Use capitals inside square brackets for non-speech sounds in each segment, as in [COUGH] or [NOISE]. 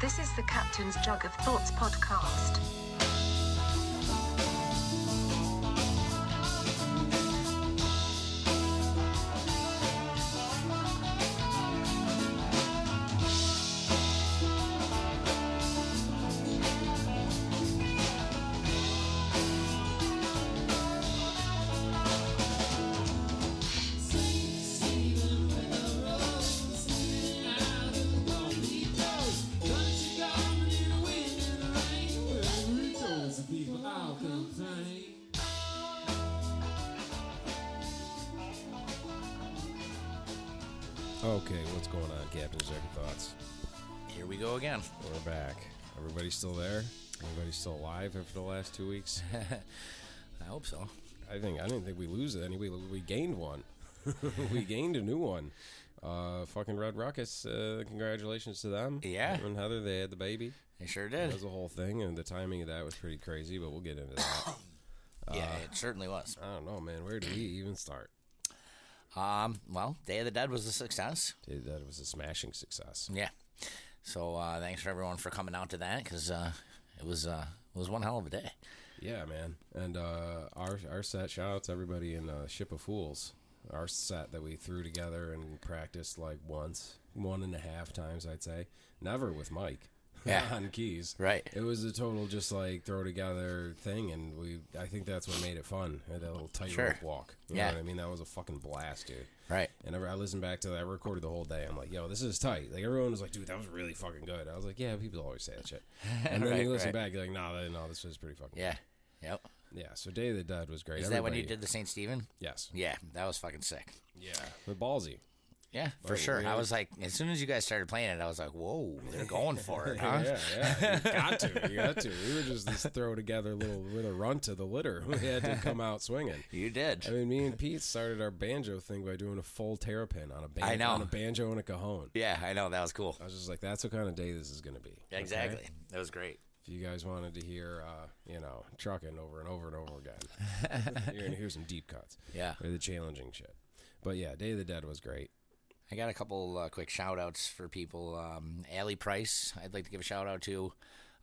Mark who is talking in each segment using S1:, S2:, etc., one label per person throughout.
S1: This is the Captain's Jug of Thoughts podcast.
S2: Okay, what's going on, Captain's Jack Thoughts?
S3: Here we go again.
S2: We're back. Everybody still there? Everybody still alive after the last two weeks?
S3: I hope so.
S2: [LAUGHS] I think I didn't think we lose any. We we gained one. [LAUGHS] we gained a new one. Uh, fucking Red Ruckus. Uh, congratulations to them.
S3: Yeah.
S2: Her and Heather, they had the [LAUGHS] baby.
S3: It sure
S2: That
S3: did.
S2: was the whole thing, and the timing of that was pretty crazy. But we'll get into that.
S3: yeah, it certainly was.
S2: I don't know, man. Where do we even start?
S3: Um, well, Day of the Dead was a success.
S2: Dude, that was a smashing success.
S3: Yeah. So uh, thanks for everyone for coming out to that because uh, it was uh, it was one hell of a day.
S2: Yeah, man. And uh, our our set, shout out to everybody in uh, Ship of Fools. Our set that we threw together and practiced like once, one and a half times, I'd say. Never with Mike [LAUGHS]
S3: Yeah.
S2: on keys.
S3: Right.
S2: It was a total just like throw together thing, and we. I think that's what made it fun. uh, That little tightrope
S3: Sure.
S2: walk. You
S3: Yeah.
S2: know what I mean? That was a fucking blast, dude.
S3: Right.
S2: And I I listened back to that. I recorded the whole day. I'm like, yo, this is tight. Like everyone was like, dude, that was really fucking good. I was like, yeah, people always say that
S3: [LAUGHS]
S2: shit. And then
S3: Right,
S2: you listen
S3: right.
S2: back, you're like, no, no, this was pretty fucking.
S3: Yeah. Yep.
S2: Yeah, so Day of the Dead was great.
S3: Is that when you
S2: Everybody-
S3: did the St. Stephen?
S2: Yes.
S3: Yeah, that was fucking sick.
S2: Yeah. But ballsy.
S3: Yeah, for
S2: Right,
S3: sure.
S2: really?
S3: I was like, as soon as you guys started playing it, I was like, whoa, [LAUGHS] they're going for it, huh?
S2: Yeah, [LAUGHS] yeah. You got to. You got to. We were just this throw together little with a run to the litter. [LAUGHS] We had to come out swinging.
S3: You did.
S2: I mean, me and Pete started our banjo thing by doing a full terrapin on a banjo,
S3: I know.
S2: on a banjo and a cajon.
S3: yeah, I know. That was cool.
S2: I was just like, that's what kind of day this is going to be. okay?
S3: Exactly. That was great.
S2: If you guys wanted to hear, uh, you know, trucking over and over and over again, [LAUGHS] you're going to hear some deep cuts.
S3: Yeah.
S2: Or the challenging shit. But yeah, Day of the Dead was great.
S3: I got a couple uh, quick shout outs for people. Um, Allie Price, I'd like to give a shout out to.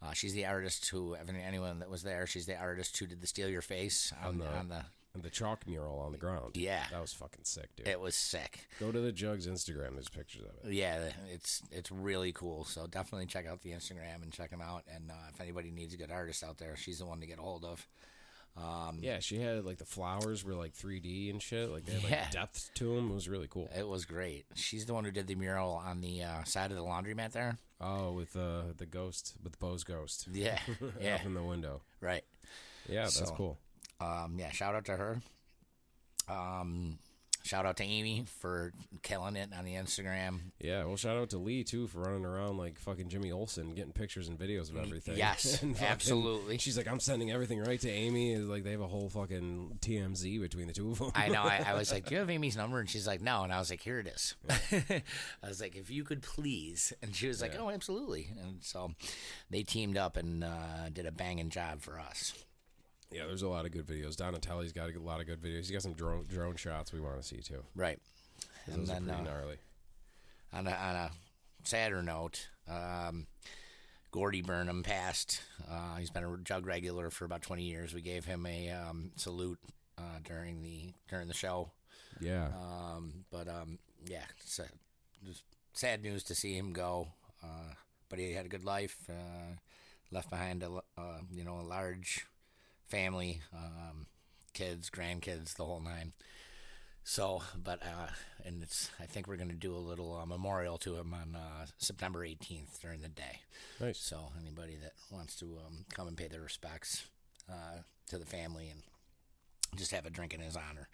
S3: Uh, she's the artist who, if any- anyone that was there, she's the artist who did the Steal Your Face on,
S2: the-
S3: on the.
S2: And the chalk mural on the ground.
S3: Yeah.
S2: That was fucking sick, dude.
S3: It was sick.
S2: Go to the Jugs Instagram. There's pictures of it.
S3: Yeah, it's it's really cool. So definitely check out the Instagram and check them out. And uh, if anybody needs a good artist out there, she's the one to get a hold of. Um,
S2: Yeah, she had like the flowers were like 3D and shit. Like they had like
S3: Yeah. Uh,
S2: depth to them. It was really cool.
S3: It was great. She's the one who did the mural on the uh, side of the laundromat there.
S2: Oh, with uh, the ghost, with Bo's ghost
S3: Yeah, yeah,
S2: up in the window.
S3: right.
S2: Yeah, that's
S3: So-
S2: cool.
S3: Um, yeah, shout out to her. Um, shout out to Amy for killing it on the Instagram.
S2: Yeah, well, shout out to Lee too for running around like fucking Jimmy Olsen, getting pictures and videos of everything. [LAUGHS]
S3: Yes,
S2: And fucking-
S3: absolutely.
S2: She's like, I'm sending everything right to Amy. It's Like they have a whole fucking TMZ between the two of them.
S3: I know. I, I was like, "Do you have Amy's number?" And she's like, "No." And I was like, "Here it is." [LAUGHS] I was like, "If you could please," and she was like, "Oh, absolutely." And so they teamed up and uh, did a banging job for us.
S2: yeah, there's a lot of good videos. Donatelli's got a lot of good videos. He's got some drone drone shots we want to see too.
S3: Right. And
S2: Those are
S3: then
S2: pretty
S3: uh,
S2: gnarly.
S3: on a, on a sadder note, um, Gordy Burnham passed. Uh, he's been a jug regular for about 20 years. We gave him a um, salute uh, during the during the show.
S2: Yeah.
S3: Um, but um, yeah, it's, uh, just sad news to see him go. Uh, but he had a good life. Uh, left behind a l- uh, you know a large family, um, kids, grandkids, the whole nine. So, but uh, and it's I think we're gonna do a little uh, memorial to him on uh, September 18th during the day.
S2: nice.
S3: So anybody that wants to um, come and pay their respects uh, to the family and just have a drink in his honor,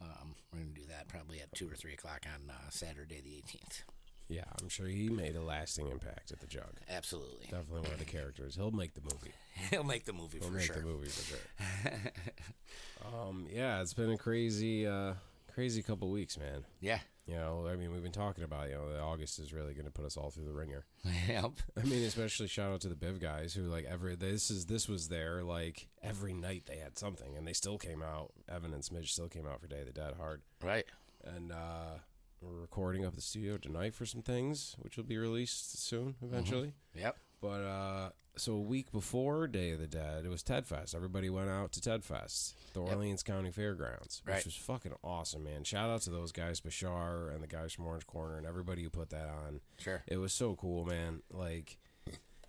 S3: um, we're going to do that probably at two or three o'clock on uh, Saturday the eighteenth.
S2: Yeah, I'm sure he made a lasting impact at the jug.
S3: Absolutely,
S2: Definitely one of the characters. He'll make the movie.
S3: [LAUGHS] he'll make the movie
S2: He'll
S3: for
S2: make
S3: sure.
S2: the movie for sure.
S3: [LAUGHS]
S2: um, yeah, it's been a crazy, uh, crazy couple weeks, man.
S3: Yeah, [LAUGHS]
S2: You know, I mean, we've been talking about you know that August is really going to put us all through the ringer.
S3: yep.
S2: I mean, especially shout out to the Biv guys who like every this is this was their like every night they had something and they still came out. Evan and Smidge still came out for Day of the Dead hard.
S3: Right.
S2: and uh, we're recording up at the studio tonight for some things, which will be released soon eventually.
S3: Yep.
S2: But uh, so a week before Day of the Dead, it was Ted Fest. Everybody went out to Ted Fest, the Orleans County Fairgrounds, which
S3: Right.
S2: was fucking awesome, man. Shout out to those guys, Bashar and the guys from Orange Corner, and everybody who put that on.
S3: Sure.
S2: It was so cool, man. Like,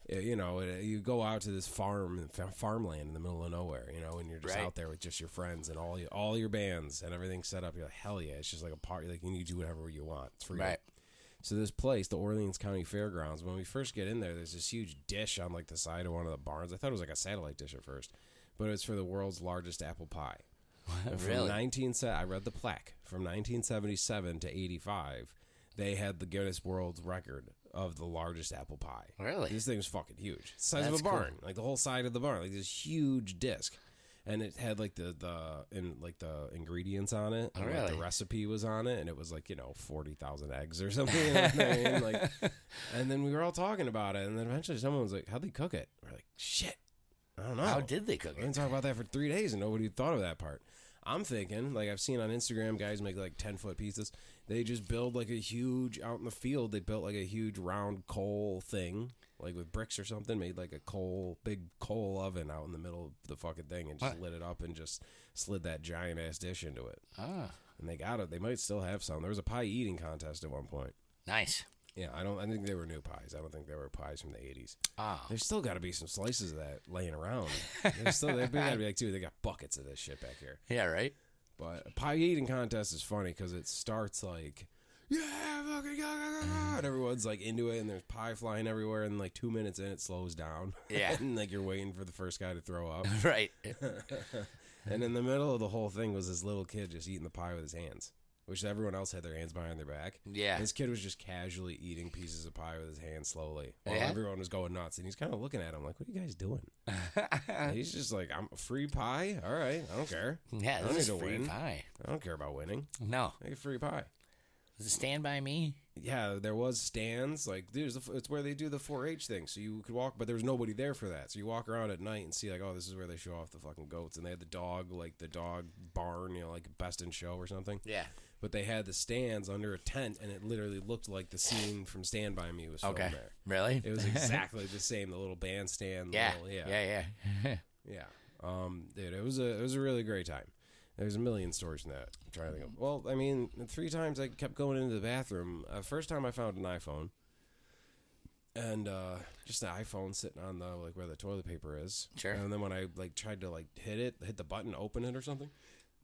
S2: it- you know, it, you go out to this farm, fa- farmland in the middle of nowhere, you know, and you're just
S3: Right.
S2: out there with just your friends and all your, all your bands and everything set up. You're like, hell yeah! It's just like a party. Like, you need to do whatever you want. It's freedom.
S3: Right.
S2: So this place, the Orleans County Fairgrounds, when we first get in there, there's this huge dish on like the side of one of the barns. I thought it was like a satellite dish at first, but it's for the world's largest apple pie. And From
S3: Really?
S2: 19 se- I read the plaque from 1977 to 85. They had the Guinness World Record of the largest apple pie.
S3: Really?
S2: This thing's fucking huge. It's the size
S3: That's
S2: of a
S3: cool.
S2: barn, like the whole side of the barn, like this huge disc. And it had like the the and like the ingredients on it.
S3: Oh,
S2: and, like, the
S3: really?
S2: recipe was on it, and it was like you know forty thousand eggs or [LAUGHS] something. you know what I
S3: [LAUGHS]
S2: mean? Like, and then we were all talking about it, and then eventually someone was like, "How'd they cook it?" We're like, "Shit, I don't know."
S3: How did they cook
S2: We've been
S3: it?
S2: talking about that for three days, and nobody thought of that part. I'm thinking, like I've seen on Instagram, guys make like ten foot pieces. They just build like a huge out in the field. They built like a huge round coal thing, like with bricks or something. Made like a coal, big coal oven out in the middle of the fucking thing, and just
S3: What?
S2: lit it up and just slid that giant ass dish into it.
S3: Ah,
S2: And they got it. They might still have some. There was a pie eating contest at one point.
S3: nice.
S2: Yeah, I don't. I think they were new pies. I don't think they were pies from the '80s.
S3: Ah,
S2: There's still got to be some slices of that laying around. There's still there's got to be like, dude, they got buckets of this shit back here.
S3: yeah, right. [LAUGHS]
S2: But a pie eating contest is funny because it starts like, yeah, fucking go, go, go, go," and everyone's like into it, and there's pie flying everywhere, and like two minutes in, it slows down.
S3: Yeah.
S2: [LAUGHS] and like you're waiting for the first guy to throw up. [LAUGHS]
S3: Right.
S2: and in the middle of the whole thing was this little kid just eating the pie with his hands, which everyone else had their hands behind their back.
S3: Yeah.
S2: This kid was just casually eating pieces of pie with his hands slowly while
S3: Yeah?
S2: everyone was going nuts. And he's kind of looking at him like, what are you guys doing?
S3: [LAUGHS]
S2: And he's just like, I'm free pie. All right. I don't care.
S3: Yeah,
S2: I don't
S3: this is
S2: need to
S3: free
S2: win.
S3: pie.
S2: I don't care about winning.
S3: No,
S2: I get free pie.
S3: is it Stand by Me?
S2: Yeah, there was stands. Like, dude, it's the- it's where they do the 4-H thing. So you could walk, but there was nobody there for that. So you walk around at night and see, like, oh, this is where they show off the fucking goats. And they had the dog, like, the dog barn, you know, like Best in Show or something.
S3: Yeah.
S2: But they had the stands under a tent, and it literally looked like the scene from Stand By Me was filmed
S3: Okay.
S2: there.
S3: Really? [LAUGHS]
S2: It was exactly the same. The little bandstand. the
S3: yeah.
S2: little-
S3: yeah.
S2: yeah.
S3: Yeah.
S2: Yeah. Um, dude, it was a it was a really great time. There's a million stories in that. I'm trying to think. Of, well, I mean, the three times I kept going into the bathroom. Uh, first time I found an iPhone, and uh, just an iPhone sitting on the like where the toilet paper is.
S3: Sure.
S2: And then when I like tried to like hit it, hit the button, open it or something,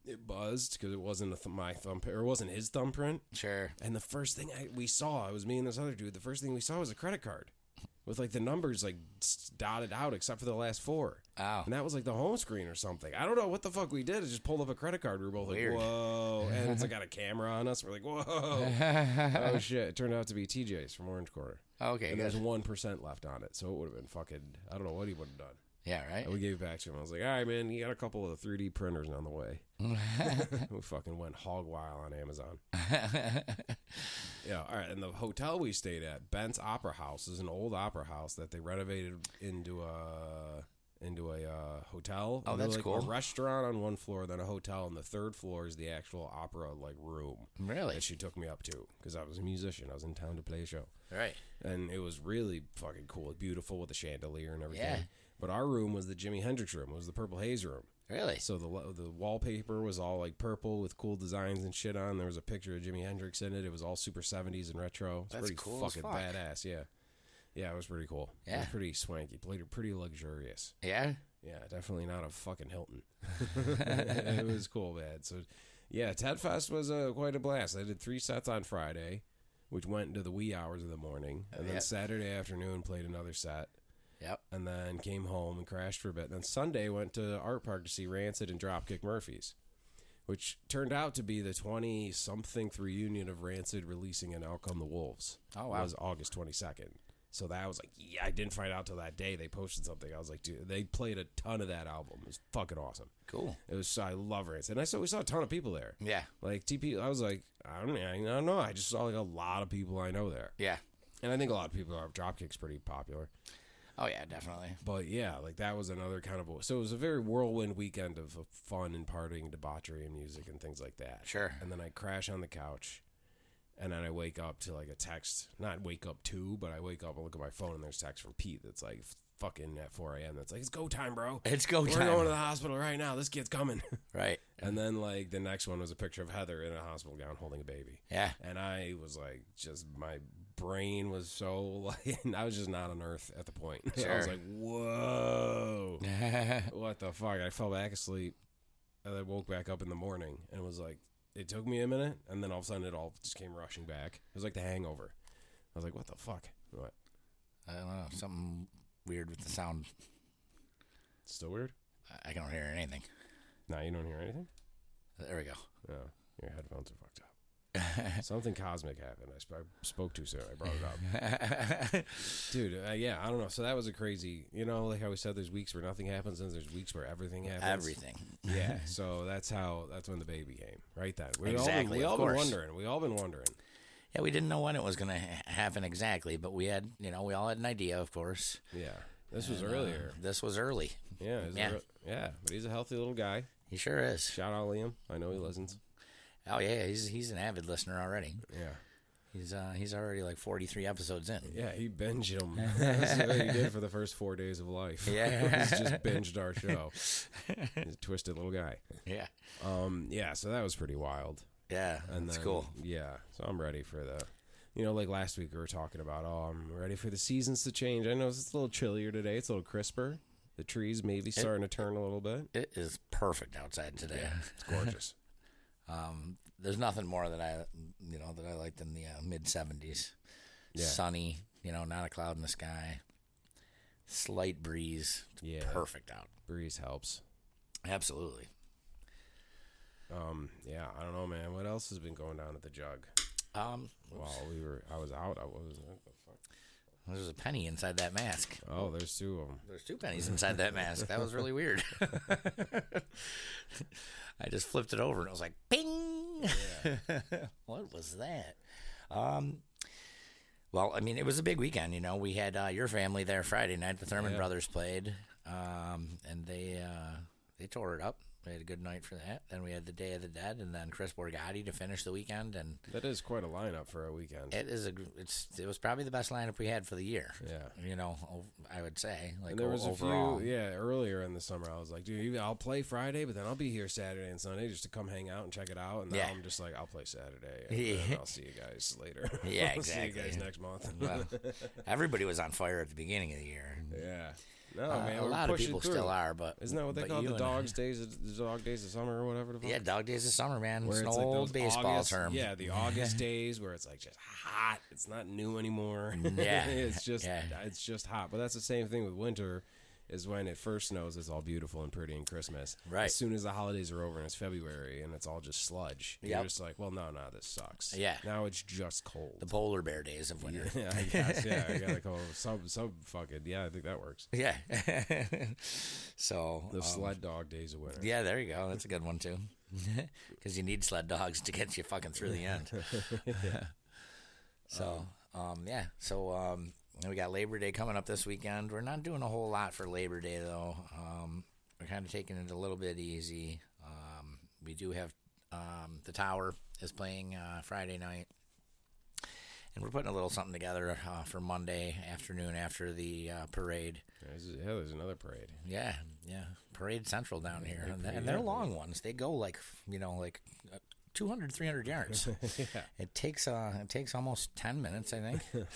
S2: it buzzed because it wasn't a th- my thumbprint or it wasn't his thumbprint.
S3: Sure.
S2: And the first thing I, we saw, it was me and this other dude. The first thing we saw was a credit card with like the numbers like s- dotted out except for the last four.
S3: Oh.
S2: And that was like the home screen or something. I don't know what the fuck we did. It just pulled up a credit card. We were both
S3: Weird.
S2: like, whoa. And it's like got a camera on us. We're like, whoa.
S3: [LAUGHS]
S2: oh shit. It turned out to be TJ's from Orange Corner.
S3: okay.
S2: And there's
S3: Good.
S2: 1% left on it. So it would have been fucking, I don't know what he would have done.
S3: Yeah. Right. [LAUGHS]
S2: And we gave it back to him. I was like, all right, man, you got a couple of 3D printers on the way. [LAUGHS] we fucking went hog wild on Amazon. Yeah, all right. And the hotel we stayed at, Bent's Opera House, is an old opera house that they renovated into a into a uh, hotel.
S3: Oh,
S2: And they're
S3: that's
S2: like
S3: cool.
S2: A restaurant on one floor, then a hotel, and the third floor is the actual opera like room
S3: really.
S2: that she took me up to because I was a musician. I was in town to play a show,
S3: Right.
S2: and it was really fucking cool, beautiful with the chandelier and everything.
S3: Yeah.
S2: But our room was the Jimi Hendrix room. It was the Purple Haze room.
S3: Really.
S2: So the lo- the wallpaper was all like purple with cool designs and shit on. There was a picture of Jimi Hendrix in it. It was all super seventies and retro. It's
S3: That's
S2: pretty
S3: cool as
S2: fucking
S3: fuck.
S2: badass. Yeah, yeah, it was pretty cool. it was
S3: Yeah.
S2: pretty swanky, pretty pretty luxurious.
S3: Yeah.
S2: Yeah, definitely not a fucking Hilton. [LAUGHS] it was cool, man. So yeah, Ted Fest was uh, quite a blast. I did three sets on Friday, which went into the wee hours of the morning, and then
S3: Yeah.
S2: Saturday afternoon played another set
S3: Yep.
S2: and then came home and crashed for a bit. And then Sunday went to Art Park to see Rancid and Dropkick Murphys, which turned out to be the twenty something reunion of Rancid releasing an Out Come the Wolves.
S3: Oh, wow.
S2: It was August twenty second. So that was like, yeah, I didn't find out till that day they posted something. I was like, dude, they played a ton of that album. It was fucking awesome.
S3: Cool.
S2: It was I love Rancid, and I saw we saw a ton of people there.
S3: Yeah.
S2: Like TP, I was like, I don't, I don't know. I just saw like a lot of people I know there,
S3: Yeah.
S2: and I think a lot of people are. Dropkick's pretty popular.
S3: Oh yeah. Definitely.
S2: But yeah, like that was another kind of so it was a very whirlwind weekend of, of fun and partying, debauchery, and music and things like that.
S3: Sure.
S2: And then I crash on the couch, And then I wake up to like a text, not wake up to, but I wake up and look at my phone and there's text from Pete that's like fucking at 4 a.m. That's like, it's go time, bro.
S3: It's go
S2: We're
S3: time.
S2: going to the hospital right now. This kid's coming. [LAUGHS]
S3: Right.
S2: and then like the next one was a picture of Heather in a hospital gown holding a baby.
S3: Yeah. [LAUGHS]
S2: And I was like, just my brain was so [LAUGHS] like, and I was just not on earth at the point. [LAUGHS] I was
S3: Sure.
S2: like, whoa, what the fuck? I fell back asleep, and I woke back up in the morning and was like, it took me a minute, and then all of a sudden it all just came rushing back. It was like the Hangover. I was like, what the fuck? What?
S3: I don't know. Something weird with the sound.
S2: It's still weird.
S3: I- I don't hear anything.
S2: Now you don't hear anything.
S3: There we go. [LAUGHS]
S2: No, your headphones are fucked up. Something cosmic happened. I, sp- I spoke too soon. I brought it up. Dude, uh, yeah, I don't know. So that was a crazy, you know, like how we said, there's weeks where nothing happens, and there's weeks where everything happens.
S3: Everything. [LAUGHS]
S2: Yeah. So that's how. That's when the baby came. Right. That we
S3: Exactly,
S2: all
S3: of
S2: been, we've been
S3: course.
S2: wondering. We all been wondering.
S3: Yeah, we didn't know when it was going to ha- happen exactly, but we had, you know, we all had an idea, of course.
S2: Yeah. This was
S3: And, uh,
S2: earlier.
S3: this was early.
S2: yeah. it was
S3: yeah.
S2: ear- yeah. But he's a healthy little guy.
S3: He sure is.
S2: Shout out Liam. I know he listens.
S3: Oh yeah, he's he's an avid listener already.
S2: Yeah.
S3: He's uh he's already like 43 episodes in.
S2: Yeah. He binged him. [LAUGHS] that's what he did for the first four days of life. [LAUGHS]
S3: Yeah.
S2: he's just binged our
S3: [LAUGHS]
S2: show. He's a twisted little guy.
S3: Yeah.
S2: Um. Yeah. So that was pretty wild.
S3: Yeah.
S2: And
S3: that's
S2: then-
S3: cool.
S2: Yeah. So I'm ready for the, you know, like last week we were talking about, oh, I'm ready for the seasons to change. I know it's a little chillier today. It's a little crisper. The trees maybe starting to turn a little bit.
S3: It is perfect outside today.
S2: It's gorgeous.
S3: Um there's nothing more that I you know that I like than the uh, mid 70s.
S2: Yeah.
S3: Sunny, you know, not a cloud in the sky. Slight breeze. It's
S2: Yeah.
S3: Perfect out.
S2: [LAUGHS] Breeze helps.
S3: Absolutely.
S2: Um. Yeah. I don't know, man. What else has been going down at the jug?
S3: Um
S2: While we were, I was out. I was. What the fuck?
S3: there's a penny inside that mask.
S2: Oh, there's two of them.
S3: There's two pennies inside that mask. That was really weird. [LAUGHS] I just flipped it over and it was like, ping. [LAUGHS] what was that? Um, well, I mean, it was a big weekend. You know, we had uh, your family there Friday night. The Thurman
S2: Yeah.
S3: brothers played, um, and they uh, they tore it up. We had a good night for that. Then we had the Day of the Dead, and then Chris Borgatti to finish the weekend. And
S2: That is quite a lineup for a weekend.
S3: it is a gr- it's it was probably the best lineup we had for the year.
S2: Yeah.
S3: You know, ov- I would say like
S2: And there
S3: o-
S2: was a
S3: overall.
S2: few, yeah. Earlier in the summer, I was like, "Dude, you- I'll play Friday, but then I'll be here Saturday and Sunday just to come hang out and check it out." And now
S3: Yeah.
S2: I'm just like, "I'll play Saturday, and
S3: Yeah. [LAUGHS]
S2: then I'll see you guys later."
S3: Yeah,
S2: [LAUGHS] I'll See
S3: exactly.
S2: you guys next month.
S3: [LAUGHS] well, everybody was on fire at the beginning of the year.
S2: [LAUGHS] yeah. No,
S3: Uh,
S2: man,
S3: a
S2: we're
S3: lot of
S2: pushing
S3: people
S2: through.
S3: still are, but
S2: Isn't that what they
S3: but
S2: call
S3: you
S2: it? the
S3: and I- [LAUGHS]
S2: dogs days, of, the dog days of summer or whatever? The fuck?
S3: Yeah, dog days of summer, man.
S2: Where
S3: it's an
S2: like
S3: old
S2: those
S3: baseball
S2: August-
S3: term.
S2: Yeah,
S3: [LAUGHS]
S2: the August days where it's like just hot. It's not new anymore. [LAUGHS]
S3: Yeah,
S2: it's just
S3: yeah.
S2: it's just hot. But that's the same thing with winter. Is when it first snows, it's all beautiful and pretty and Christmas.
S3: Right.
S2: As soon as the holidays are over and it's February and it's all just sludge, you're
S3: Yep.
S2: just like, well, no, no, this sucks.
S3: Yeah.
S2: Now it's just cold.
S3: the polar bear days of winter.
S2: [LAUGHS] yeah, I guess. Yeah, I gotta call some some fucking. Yeah, I think that works.
S3: [LAUGHS] Yeah. [LAUGHS] so
S2: The
S3: um,
S2: sled dog days of winter.
S3: yeah, there you go. That's a good one too, [LAUGHS] because you need sled dogs to get you fucking through the end. so um, yeah, so um, we got Labor Day coming up this weekend. We're not doing a whole lot for Labor Day though. Um, we're kind of taking it a little bit easy. Um, we do have um, the Tower is playing uh, Friday night. And we're putting a little something together uh, for Monday afternoon after the uh, parade.
S2: There's, yeah, there's another parade.
S3: Yeah, yeah. Parade Central down here. And, th- and
S2: yeah.
S3: they're long ones. They go like, you know, like uh, 200, 300 yards. It takes uh, it takes almost 10 minutes, I think.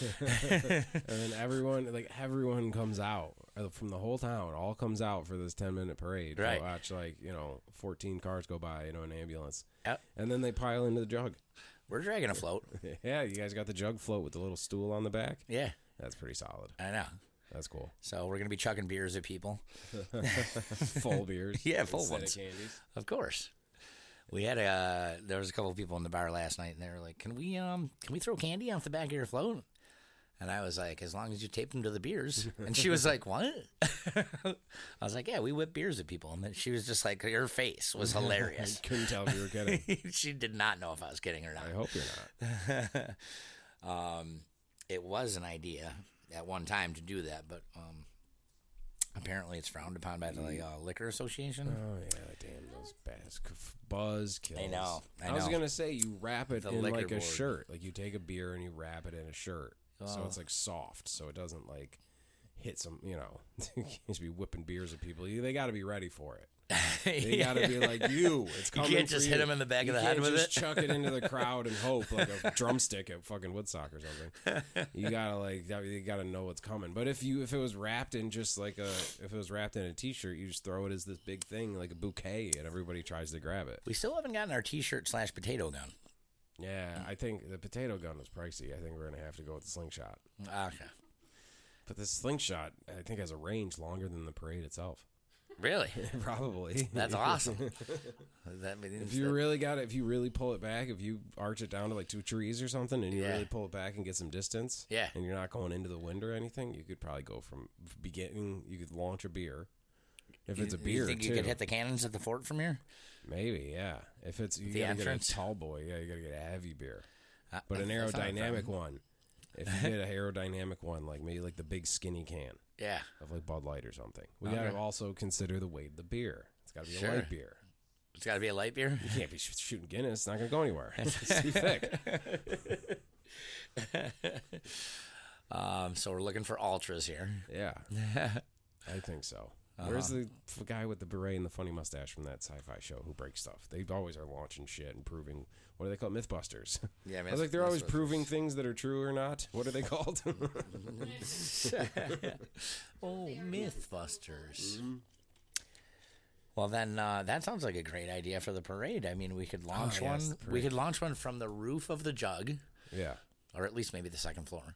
S2: And then everyone, like everyone, comes out uh, from the whole town. All comes out for this ten minute parade. to
S3: Right.
S2: watch like you know, fourteen cars go by. You know, an ambulance,
S3: Yep.
S2: and then they pile into the jug. [LAUGHS]
S3: We're dragging a float.
S2: yeah, you guys got the jug float with the little stool on the back.
S3: Yeah,
S2: That's pretty solid.
S3: I know.
S2: That's
S3: [LAUGHS]
S2: cool.
S3: So we're going to be chucking beers at people.
S2: Full beers.
S3: Yeah, full
S2: instead of
S3: ones.
S2: candies.
S3: Of course. We had a there was a couple of people in the bar last night, and they were like, "Can we um can we throw candy off the back of your float?" And I was like, "As long as you tape them to the beers." And she was like, "What?" [LAUGHS] I was like, "Yeah, we whip beers at people." And then she was just like, "Her face
S2: [LAUGHS]
S3: was hilarious." [LAUGHS]
S2: Couldn't tell if you were kidding.
S3: she did not know if I was kidding or
S2: I
S3: not.
S2: hope you're not.
S3: Um, it was an idea at one time to do that, but um, Apparently, it's frowned upon by the uh, liquor association.
S2: Oh yeah, damn those baz- buzz kills.
S3: I know, I
S2: was
S3: know.
S2: gonna say you wrap it
S3: The
S2: in
S3: liquor
S2: like a
S3: board.
S2: shirt. Like you take a beer and you wrap it in a shirt, so
S3: Oh.
S2: it's like soft, so it doesn't like hit some. You know, [LAUGHS] you can't just be whipping beers at people. You- They got to be ready for
S3: [LAUGHS]
S2: it. They got to be like you. It's
S3: You
S2: coming.
S3: can't
S2: for
S3: just
S2: you.
S3: hit 'em in the back
S2: You
S3: of the head
S2: can't
S3: with
S2: just
S3: it.
S2: chuck it into
S3: [LAUGHS]
S2: the crowd and hope like a drumstick at fucking Woodstock or something. You gotta like that- you gotta know what's coming. But if you if it was wrapped in just like a if it was wrapped in a t-shirt, you just throw it as this big thing like a bouquet, and everybody tries to grab it.
S3: We still haven't gotten our T-shirt slash potato gun.
S2: Yeah, I think the potato gun was pricey. I think we're gonna have to go with the slingshot.
S3: Okay.
S2: But the slingshot, I think, has a range longer than the parade itself. [LAUGHS]
S3: Really?
S2: Probably. [LAUGHS]
S3: That's awesome. that means
S2: If you really got it, if you really pull it back, if you arch it down to like two trees or something, and you
S3: Yeah.
S2: really pull it back and get some distance,
S3: Yeah.
S2: and you're not going into the wind or anything, you could probably go from beginning. You could launch a beer, if it's a beer
S3: You think
S2: too.
S3: you could hit the cannons at the fort from here?
S2: Maybe, yeah. If it's you
S3: The
S2: gotta
S3: entrance?
S2: get a tall boy, yeah, you gotta get a heavy beer,
S3: Uh,
S2: but an
S3: that's not a
S2: aerodynamic
S3: problem.
S2: one. If you
S3: [LAUGHS]
S2: get an aerodynamic one, like maybe like the big skinny can
S3: Yeah.
S2: of like Bud Light or something, we
S3: Okay.
S2: gotta also consider the weight of the beer. It's gotta be
S3: Sure.
S2: a light beer.
S3: It's got to be a light beer.
S2: You can't be sh- shooting Guinness. It's not gonna go
S3: [LAUGHS]
S2: anywhere. [LAUGHS] It's too thick.
S3: Um, so we're looking for ultras here. [LAUGHS]
S2: Yeah. I think so.
S3: Uh-huh.
S2: Where's the f- guy with the beret and the funny mustache from that sci-fi show who breaks stuff? They always are launching shit and proving. What do they call it? Mythbusters?
S3: [LAUGHS] Yeah,
S2: I was like, they're always
S3: Mythbusters.
S2: proving things that are true or not. What are they called? [LAUGHS]
S3: [LAUGHS] Oh, MythBusters.
S2: Mm-hmm.
S3: Well, then uh, that sounds like a great idea for the parade. I mean, we could launch
S2: Oh, yes,
S3: one.
S2: the
S3: We
S2: parade.
S3: could launch one from the roof of the jug,
S2: yeah.
S3: or at least maybe the second floor,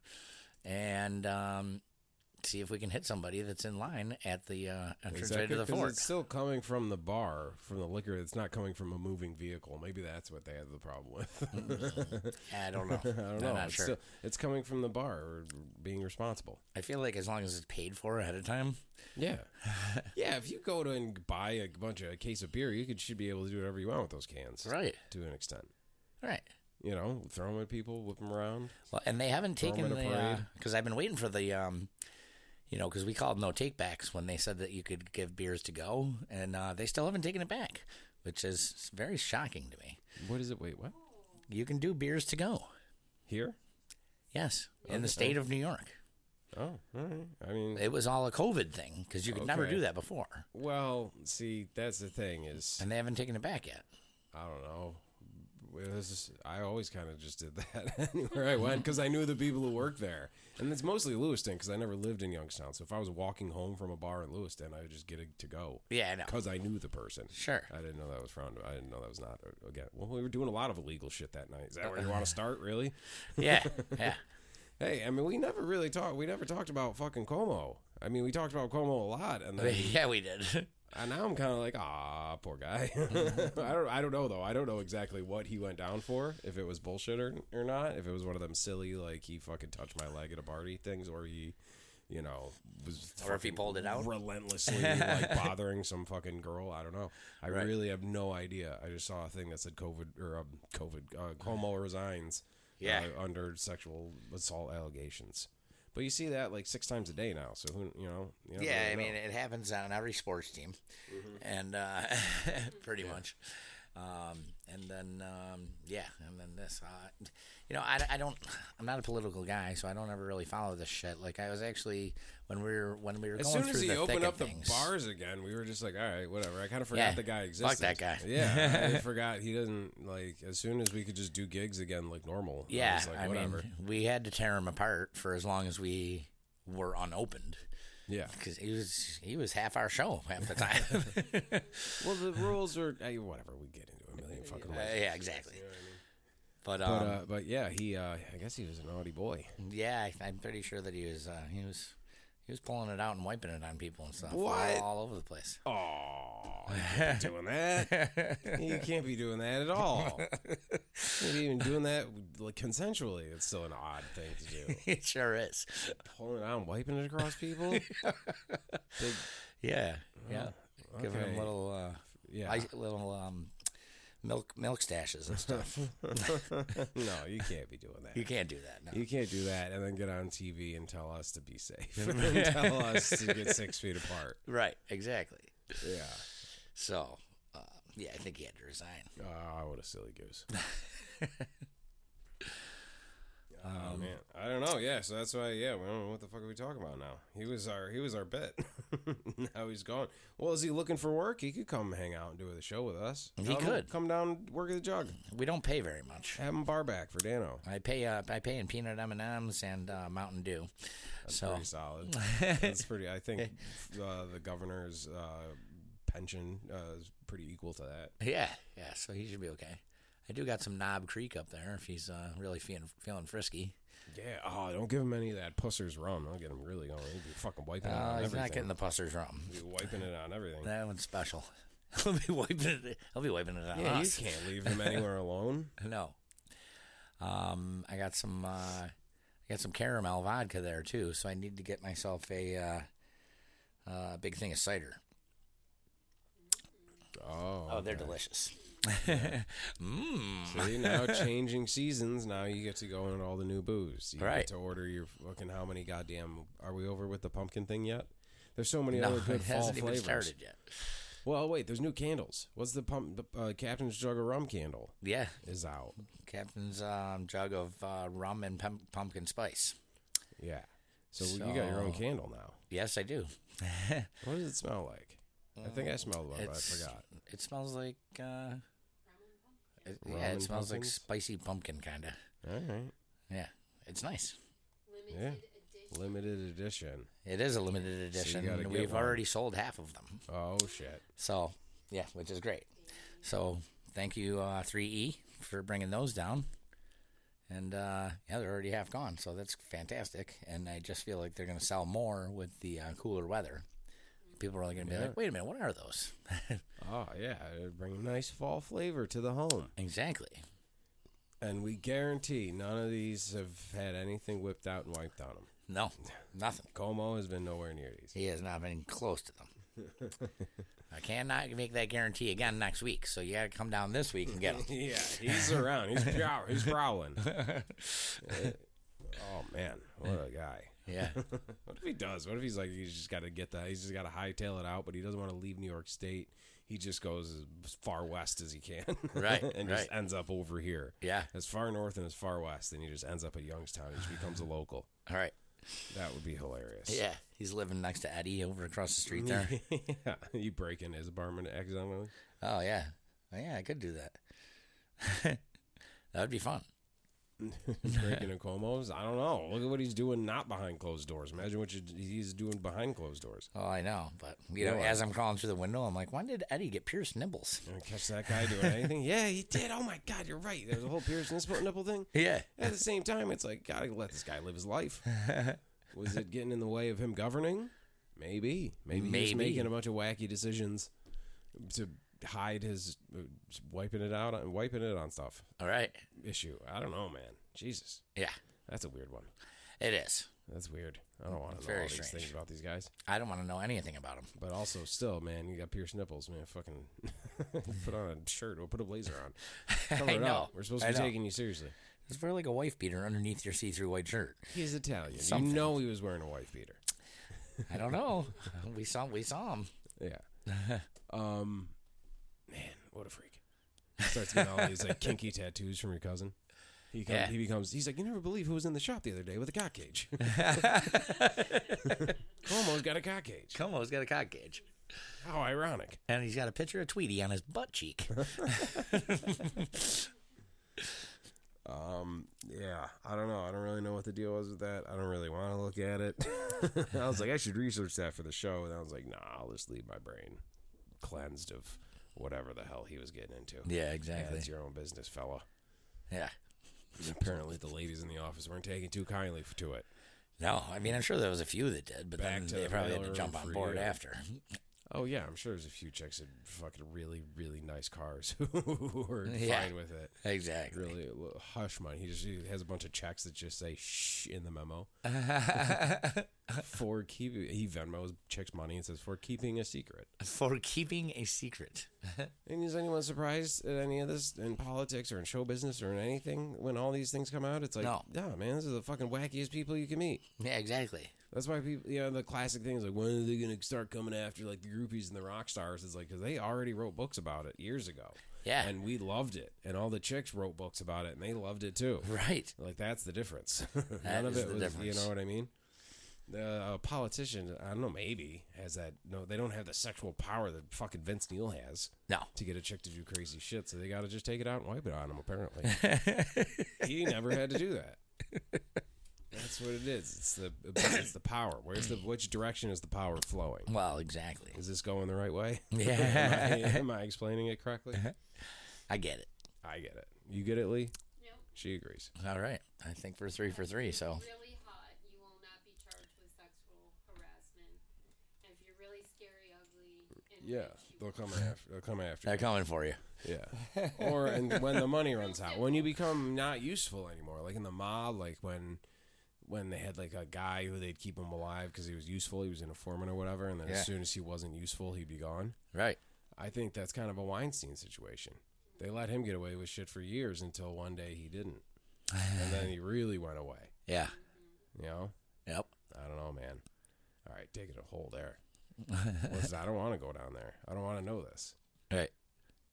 S3: and um, see if we can hit somebody that's in line at the uh, entrance way to
S2: Exactly,
S3: the
S2: 'cause
S3: fort.
S2: It's still coming from the bar, from the liquor. It's not coming from a moving vehicle. Maybe that's what they had the problem with.
S3: [LAUGHS]
S2: [LAUGHS]
S3: I don't know.
S2: I don't
S3: I'm
S2: know.
S3: Mm-hmm. not
S2: it's,
S3: sure.
S2: still- it's coming from the bar, or being responsible.
S3: I feel like as long as it's paid for ahead of time.
S2: [LAUGHS] Yeah. yeah, if you go to and buy a bunch of a case of beer, you could should be able to do whatever you want with those cans.
S3: Right.
S2: To an extent.
S3: Right.
S2: You know, throw them at people, whip them around.
S3: Well, and they haven't
S2: Throw 'em in
S3: taken
S2: a
S3: the
S2: parade.
S3: because I've been waiting for the um, you know, because we called no takebacks when they said that you could give beers to go, and uh, they still haven't taken it back, which is very shocking to me.
S2: What is it? Wait, what?
S3: You can do beers to go,
S2: Here?
S3: yes, in
S2: Okay.
S3: the state of New York.
S2: Oh, all right. I mean,
S3: It was all a COVID thing because you could never
S2: Okay.
S3: do that before,
S2: well, see, that's the thing is,
S3: and they haven't taken it
S2: [LAUGHS]
S3: back yet.
S2: I don't know. It was just- I always kind of just did that [LAUGHS] anywhere I went because I knew the people who worked there, and it's mostly Lewiston because I never lived in Youngstown. So if I was walking home from a bar in Lewiston, I would just get it to go.
S3: Yeah, I know.
S2: because I knew the person.
S3: Sure.
S2: I didn't know that was frowned. I didn't know that was not uh, again. Well, we were doing a lot of illegal shit that night. Is that where you want to start, really?
S3: Yeah, yeah.
S2: Hey, I mean, we never really talked. We never talked about fucking Como. I mean, we talked about Como a lot, and then
S3: yeah, we did.
S2: and now I'm kind of like, ah, poor guy. [LAUGHS] I don't. I don't know though. I don't know exactly what he went down for. If it was bullshit or, or not. If it was one of them silly like he fucking touched my leg at a party things, or he. You know, was
S3: Or if he
S2: fucking
S3: pulled it out.
S2: relentlessly,
S3: [LAUGHS]
S2: like bothering some fucking girl. I don't know. I
S3: Right.
S2: really have no idea. I just saw a thing that said COVID or um, COVID uh,
S3: [SIGHS]
S2: Cuomo resigns.
S3: Yeah.
S2: uh, under sexual assault allegations. But you see that like six times a day now. So who you know? You don't
S3: [LAUGHS] Yeah,
S2: really
S3: I mean,
S2: know.
S3: it happens on every sports team,
S2: Mm-hmm.
S3: and uh, [LAUGHS] pretty much. Um, and then, um, yeah, and then this. Uh, you know, I, I don't. I'm not a political guy, so I don't ever really follow this shit. Like I was actually when we were when we were
S2: As soon
S3: going through
S2: as he
S3: the
S2: opened
S3: thick
S2: up
S3: of
S2: the
S3: things,
S2: bars again, we were just like, all right, whatever. I kind of forgot
S3: Yeah,
S2: the guy
S3: fuck
S2: existed.
S3: that guy.
S2: Yeah, [LAUGHS] I forgot he doesn't like. As soon as we could just do gigs again, like normal. I
S3: Yeah,
S2: was like,
S3: I
S2: whatever.
S3: mean, we had to tear him apart for as long as we were unopened
S2: yeah.
S3: because he was he was half our show half
S2: [LAUGHS]
S3: the time. [LAUGHS]
S2: Well, the rules are eh, whatever. We get into a million fucking.
S3: Uh,
S2: ways.
S3: yeah, exactly. But,
S2: But
S3: um,
S2: uh, but yeah, he. Uh, I guess he was a naughty boy.
S3: Yeah, I- I'm pretty sure that he was uh, he was he was pulling it out and wiping it on people and stuff. all-
S2: What?
S3: All, over the place. [LAUGHS]
S2: Oh, you can't be doing that. [LAUGHS] You can't be doing that at all. Maybe even doing that like consensually. It's still an odd thing to [LAUGHS] do.
S3: it sure is.
S2: Pulling it out and wiping it across people. [LAUGHS] Big-
S3: Yeah, yeah. Giving him
S2: Oh, okay.
S3: little uh,
S2: yeah.
S3: ice, little um, milk milk stashes and stuff.
S2: [LAUGHS] no, you can't be doing that.
S3: you can't do that. No.
S2: You can't do that and then get on TV and tell us to be
S3: [LAUGHS]
S2: safe. [LAUGHS] and tell us to get six feet apart.
S3: Right. Exactly.
S2: Yeah.
S3: So, uh, yeah, I think he had to resign.
S2: Oh, what a silly
S3: [LAUGHS]
S2: goose.
S3: Um,
S2: oh man, I don't know. Yeah, so that's why. Yeah, we don't know what the fuck are we talking about now. He was our he was our bet. [LAUGHS] now he's gone. Well, is he looking for work? He could come hang out and do the show with us.
S3: He
S2: Tell him,
S3: could.
S2: come down, work at the jug,
S3: We don't pay very much.
S2: have him bar back for Dano.
S3: I pay uh, I pay in peanut M and M's and uh, Mountain Dew. so
S2: Pretty
S3: [LAUGHS]
S2: solid. That's pretty. I think uh, the governor's uh, pension uh, is pretty equal to that.
S3: yeah, yeah. So he should be okay. I do got some Knob Creek up there if he's uh, really feeling feeling frisky.
S2: Yeah. Oh, don't give him any of that pusser's rum. I'll get him really going. He'd be fucking wiping it
S3: Uh,
S2: on
S3: he's
S2: everything.
S3: not getting the pusser's rum.
S2: He'd be wiping it on everything.
S3: That one's special. [LAUGHS] I'll be wiping it. I'll be wiping it on
S2: Yeah, you
S3: us.
S2: can't leave him anywhere alone.
S3: [LAUGHS] No. Um, I got some. Uh, I got some caramel vodka there too, so I need to get myself a uh, uh, big thing of cider.
S2: Oh,
S3: Oh, they're delicious. Mmm. [LAUGHS]
S2: See, now changing seasons. Now you get to go on all the new booze. You
S3: Right.
S2: get to order your fucking how many goddamn are we over with the pumpkin thing yet? There's so many
S3: No,
S2: other good
S3: [LAUGHS] it
S2: fall
S3: hasn't even
S2: flavors.
S3: started yet.
S2: Well, wait, there's new candles. What's the pump? The uh, Captain's Jug of Rum candle
S3: Yeah,
S2: is out.
S3: Captain's um, jug of uh, rum and pum- pumpkin spice.
S2: Yeah, so, you got your own
S3: So-
S2: candle now.
S3: Yes, I do. [LAUGHS]
S2: What does it smell like? I think I smelled one, but I
S3: Mm, It's-
S2: forgot.
S3: It smells like. Uh, it,
S2: Rum
S3: yeah, it
S2: and
S3: smells like
S2: pumpkins?
S3: spicy pumpkin, kind of.
S2: All right,
S3: Yeah, it's nice.
S2: yeah, limited edition.
S3: It is a limited edition.
S2: gotta get
S3: We've
S2: one.
S3: already sold half of them.
S2: Oh shit.
S3: So, yeah, which is great. So, thank you, uh, 3E, for bringing those down. And uh, yeah, they're already half gone, so that's fantastic. And I just feel like they're going to sell more with the uh, cooler weather. People are going to be like, "Wait a minute, what are those?" [LAUGHS] Ah.
S2: Oh yeah, it'd bring a nice fall flavor to the home.
S3: exactly.
S2: And we guarantee none of these have had anything whipped out and wiped on them.
S3: No, nothing.
S2: Como has been nowhere near
S3: [LAUGHS]
S2: these.
S3: He has not been close to them. [LAUGHS] I cannot make that guarantee again next week, so you got to come down this week and get [LAUGHS] them.
S2: Yeah, he's around.
S3: [LAUGHS]
S2: He's prow- he's prowling. Uh, oh man, what a guy!
S3: Yeah,
S2: What if he does? What if he's like he's just got to get that? He's just got to hightail it out, but he doesn't want to leave New York State. He just goes as far west as he can, [LAUGHS]
S3: Right,
S2: and
S3: right.
S2: just ends up over here.
S3: yeah.
S2: as far north and as far west, and he just ends up at Youngstown. He just becomes a local.
S3: All right.
S2: That would be hilarious.
S3: Yeah, he's living next to Eddie over across the street there.
S2: [LAUGHS] yeah, you break in his apartment accidentally.
S3: Oh yeah, Oh, yeah. I could do that. that [LAUGHS] would be fun.
S2: [LAUGHS] breaking into Como's. I don't know. Look at what he's doing not behind closed doors. Imagine what you, he's doing behind closed doors.
S3: Oh, I know, but you know,
S2: No, I-
S3: as I'm crawling through the window, I'm like, when did Eddie get pierced nipples?
S2: You wanna catch that guy doing anything? [LAUGHS] yeah, he did. Oh my God, you're right. There's a whole Pierce nipple, nipple thing.
S3: [LAUGHS] Yeah,
S2: At the same time, it's like gotta let this guy live his
S3: [LAUGHS]
S2: life. Was it getting in the way of him governing? Maybe. Maybe, he was
S3: Maybe.
S2: making a bunch of wacky decisions to hide his uh, wiping it out and wiping it on stuff
S3: all right,
S2: issue. I don't know, man. Jesus,
S3: yeah,
S2: that's a weird one.
S3: it is.
S2: That's weird. I don't want to know
S3: Very
S2: all these
S3: strange.
S2: things about these guys.
S3: I don't want to know anything about him.
S2: But also, still, man, you got pierced nipples, man. Fucking [LAUGHS] put on a shirt or put a blazer
S3: [LAUGHS]
S2: on. Cover
S3: I
S2: it
S3: know.
S2: up. We're supposed to
S3: I
S2: be
S3: know.
S2: taking you seriously.
S3: It's for like a wife beater underneath your see-through white shirt.
S2: He's Italian.
S3: Something.
S2: You know he was wearing a wife beater.
S3: I don't know. [LAUGHS] we saw we saw him.
S2: Yeah. [LAUGHS] um, man, what a freak! Starts getting all these like kinky tattoos from your cousin. He comes,
S3: Yeah.
S2: he becomes. He's like, you never believe who was in the shop the other day with a cock [LAUGHS] cage. Cuomo's got a cock cage.
S3: Como's got a cock gauge,
S2: How ironic!
S3: and he's got a picture of Tweety on his butt
S2: [LAUGHS]
S3: cheek.
S2: Um, yeah, I don't know. I don't really know what the deal was with that. I don't really want to look at it. [LAUGHS] I was like, I should research that for the show, and I was like, nah, I'll just leave my brain cleansed of whatever the hell he was getting into.
S3: yeah,
S2: Yeah,
S3: exactly.
S2: it's your own business, fella.
S3: Yeah.
S2: apparently the ladies in the office weren't taking too kindly f- to it.
S3: No, I mean I'm sure there was a few that did, but
S2: Back
S3: then
S2: to
S3: they
S2: the
S3: probably had to
S2: mailroom
S3: jump on
S2: for
S3: board
S2: you. [LAUGHS]
S3: after.
S2: Oh yeah, I'm sure there's a few chicks in fucking really, really nice cars [LAUGHS] who are
S3: Yeah.
S2: fine with it.
S3: Exactly.
S2: Really
S3: [LAUGHS]
S2: l- hush money. He just he has a bunch of checks that just say shh in the memo. for keep he Venmos chicks money and says for keeping a secret.
S3: for keeping a secret. [LAUGHS]
S2: And is anyone surprised at any of this in politics or in show business or in anything when all these things come out? It's like,
S3: No.
S2: yeah, man, this is the fucking wackiest people you can meet.
S3: yeah, exactly.
S2: That's why people, you know, the classic thing is like, when are they going to start coming after like the groupies and the rock stars? It's like, because they already wrote books about it years ago.
S3: Yeah.
S2: And we loved it. And all the chicks wrote books about it and they loved it too.
S3: Right.
S2: Like, that's the difference. [LAUGHS]
S3: That
S2: None of
S3: is
S2: it
S3: the
S2: was, you
S3: difference.
S2: know what I mean? The uh, politician, I don't know, maybe has that. No, they don't have the sexual power that fucking Vince Neil has
S3: No.
S2: to get a chick to do crazy shit. So they got to just take it out and wipe it on him, apparently. he never had to do that. That's what it is. It's the it's the power. Where's the which direction is the power flowing?
S3: Well, exactly.
S2: Is this going the right way? [LAUGHS]
S3: Yeah,
S2: am, I, am I explaining it correctly?
S3: I get it.
S2: I get it. You get it, Lee? She agrees.
S3: All right. I think we're three for three. So
S4: really hot, you will not be charged with sexual harassment. And if you're really scary, ugly, and
S2: Yeah,
S4: rich, you
S2: they'll
S4: won't.
S2: come after. They'll come after.
S3: they're coming for you.
S2: Yeah. Or and when the money runs out, when you become not useful anymore, like in the mob, like when when they had like a guy who they'd keep him alive because he was useful, he was an informant or whatever, and then
S3: Yeah.
S2: as soon as he wasn't useful, he'd be gone.
S3: Right.
S2: I think that's kind of a Weinstein situation. They let him get away with shit for years until one day he didn't, and then he really went away.
S3: Yeah.
S2: You know,
S3: Yep.
S2: I don't know, man. All right, dig it a hole there. Listen, I don't want to go down there. I don't want to know this.
S3: Right.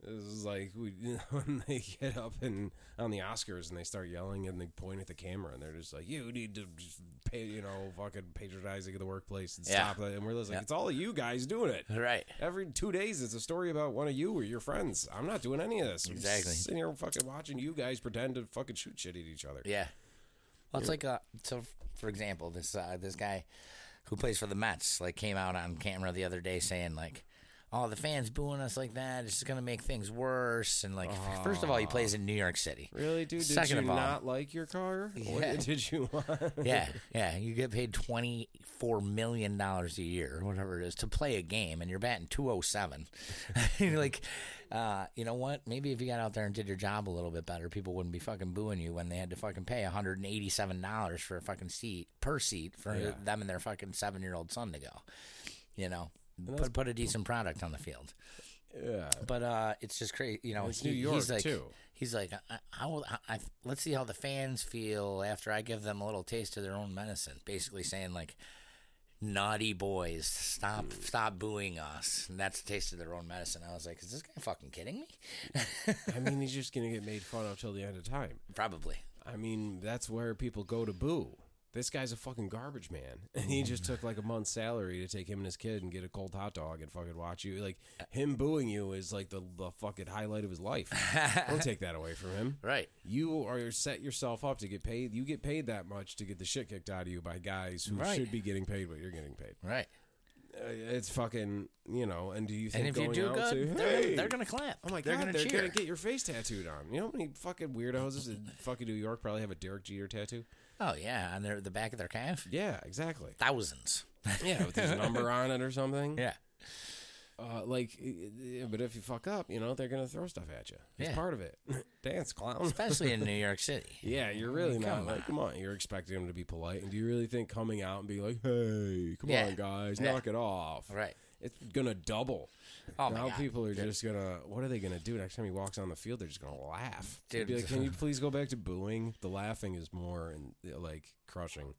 S2: This is like we, [LAUGHS] when they get up and on the Oscars and they start yelling and they point at the camera and they're just like, "You need to just pay, you know, fucking patronizing the workplace and
S3: Yeah.
S2: stop that." And we're just like,
S3: Yeah.
S2: "It's all of you guys doing it."
S3: Right.
S2: Every two days, it's a story about one of you or your friends. I'm not doing any of this. I'm just
S3: Exactly.
S2: sitting here fucking watching you guys pretend to fucking shoot shit at each other.
S3: Yeah. Well, it's like uh, so. For example, this uh, this guy who plays for the Mets like came out on camera the other day saying like, "Oh, the fans booing us like that. It's just gonna make things worse." And like, first of all, he plays in New York City.
S2: Really, dude? Did
S3: Second
S2: you
S3: of all-
S2: not like your car?
S3: Yeah.
S2: What did you [LAUGHS] want?
S3: yeah, yeah. You get paid twenty four million dollars a year, or whatever it is, to play a game, and you're batting two oh seven. [LAUGHS] Like, uh, you know what? Maybe if you got out there and did your job a little bit better, people wouldn't be fucking booing you when they had to fucking pay one hundred and eighty seven dollars for a fucking seat per seat for
S2: Yeah.
S3: them and their fucking seven year old son to go. You know,
S2: that's-
S3: put put a decent product on the field.
S2: Yeah.
S3: But uh, it's just crazy, you know.
S2: It's
S3: he-
S2: New York,
S3: he's like,
S2: too.
S3: He's like, I, I will. I, I, let's see how the fans feel after I give them a little taste of their own medicine. Basically saying like, naughty boys, stop, stop booing us. And that's the taste of their own medicine. I was like, is this guy fucking kidding me?
S2: I mean, he's just gonna get made fun of till the end of time.
S3: Probably.
S2: I mean, that's where people go to boo. This guy's a fucking garbage man, [LAUGHS] and he just took like a month's salary to take him and his kid and get a cold hot dog and fucking watch you. Like him booing you is like the, the fucking highlight of his
S3: [LAUGHS]
S2: life. Don't take that away from him.
S3: Right.
S2: You are set yourself up to get paid. You get paid that much to get the shit kicked out of you by guys who
S3: Right.
S2: should be getting paid what you're getting paid.
S3: Right.
S2: Uh, it's fucking you know. And do you think
S3: And if you
S2: going
S3: do
S2: out
S3: good,
S2: to,
S3: they're,
S2: "Hey,
S3: gonna, they're gonna clap.
S2: Oh my
S3: they're
S2: god,
S3: gonna
S2: they're
S3: cheer.
S2: gonna get your face tattooed on. You know how many fucking weirdos in fucking New York probably have a Derek Jeter tattoo?
S3: oh yeah, on their the back of their calf.
S2: Yeah, exactly.
S3: Thousands.
S2: Yeah, with his number on it or something.
S3: [LAUGHS] Yeah.
S2: Uh, like, uh, but if you fuck up, you know they're gonna throw stuff at you. It's
S3: Yeah.
S2: part of it. [LAUGHS] Dance clown.
S3: Especially in New York City.
S2: [LAUGHS] Yeah, you're really
S3: Come
S2: not
S3: on.
S2: like, come on. You're expecting them to be polite, and do you really think coming out and being like, "Hey, come
S3: Yeah.
S2: on, guys,
S3: Yeah.
S2: knock it off"?
S3: Right.
S2: It's gonna double.
S3: Oh my
S2: now
S3: god.
S2: people are just gonna. What are they gonna do next time he walks on the field? They're just gonna laugh. They'd be
S3: Dude.
S2: like, can
S3: [LAUGHS]
S2: you please go back to booing? The laughing is more and like crushing.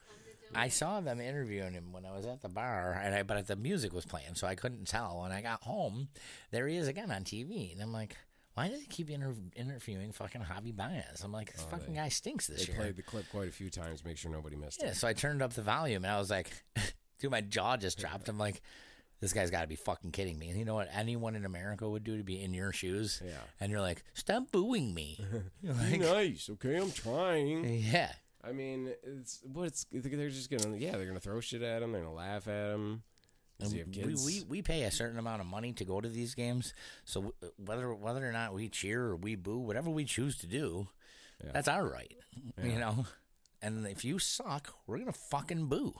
S3: I saw them interviewing him when I was at the bar, and I, but the music was playing, so I couldn't tell. When I got home, there he is again on TV, and I'm like, why does he keep inter- interviewing fucking Javi Baez? I'm like, this fucking guy stinks
S2: Oh, They
S3: this year.
S2: played the clip quite a few times, make sure nobody missed
S3: Yeah,
S2: it.
S3: so I turned up the volume, and I was like, [LAUGHS] dude, my jaw just dropped. I'm like, this guy's got to be fucking kidding me. And you know what anyone in America would do to be in your shoes?
S2: Yeah.
S3: And you're like, stop booing me.
S2: [LAUGHS]
S3: You're
S2: Be
S3: like,
S2: nice, okay? I'm trying.
S3: yeah.
S2: I mean, it's what's they're just gonna yeah they're gonna throw shit at him. They're gonna laugh at him. Does he have
S3: we,
S2: kids?
S3: we we pay a certain amount of money to go to these games, so w- uh, whether whether or not we cheer or we boo, whatever we choose to do,
S2: Yeah.
S3: that's our right, [LAUGHS]
S2: Yeah.
S3: you know. And if you suck, we're gonna fucking boo.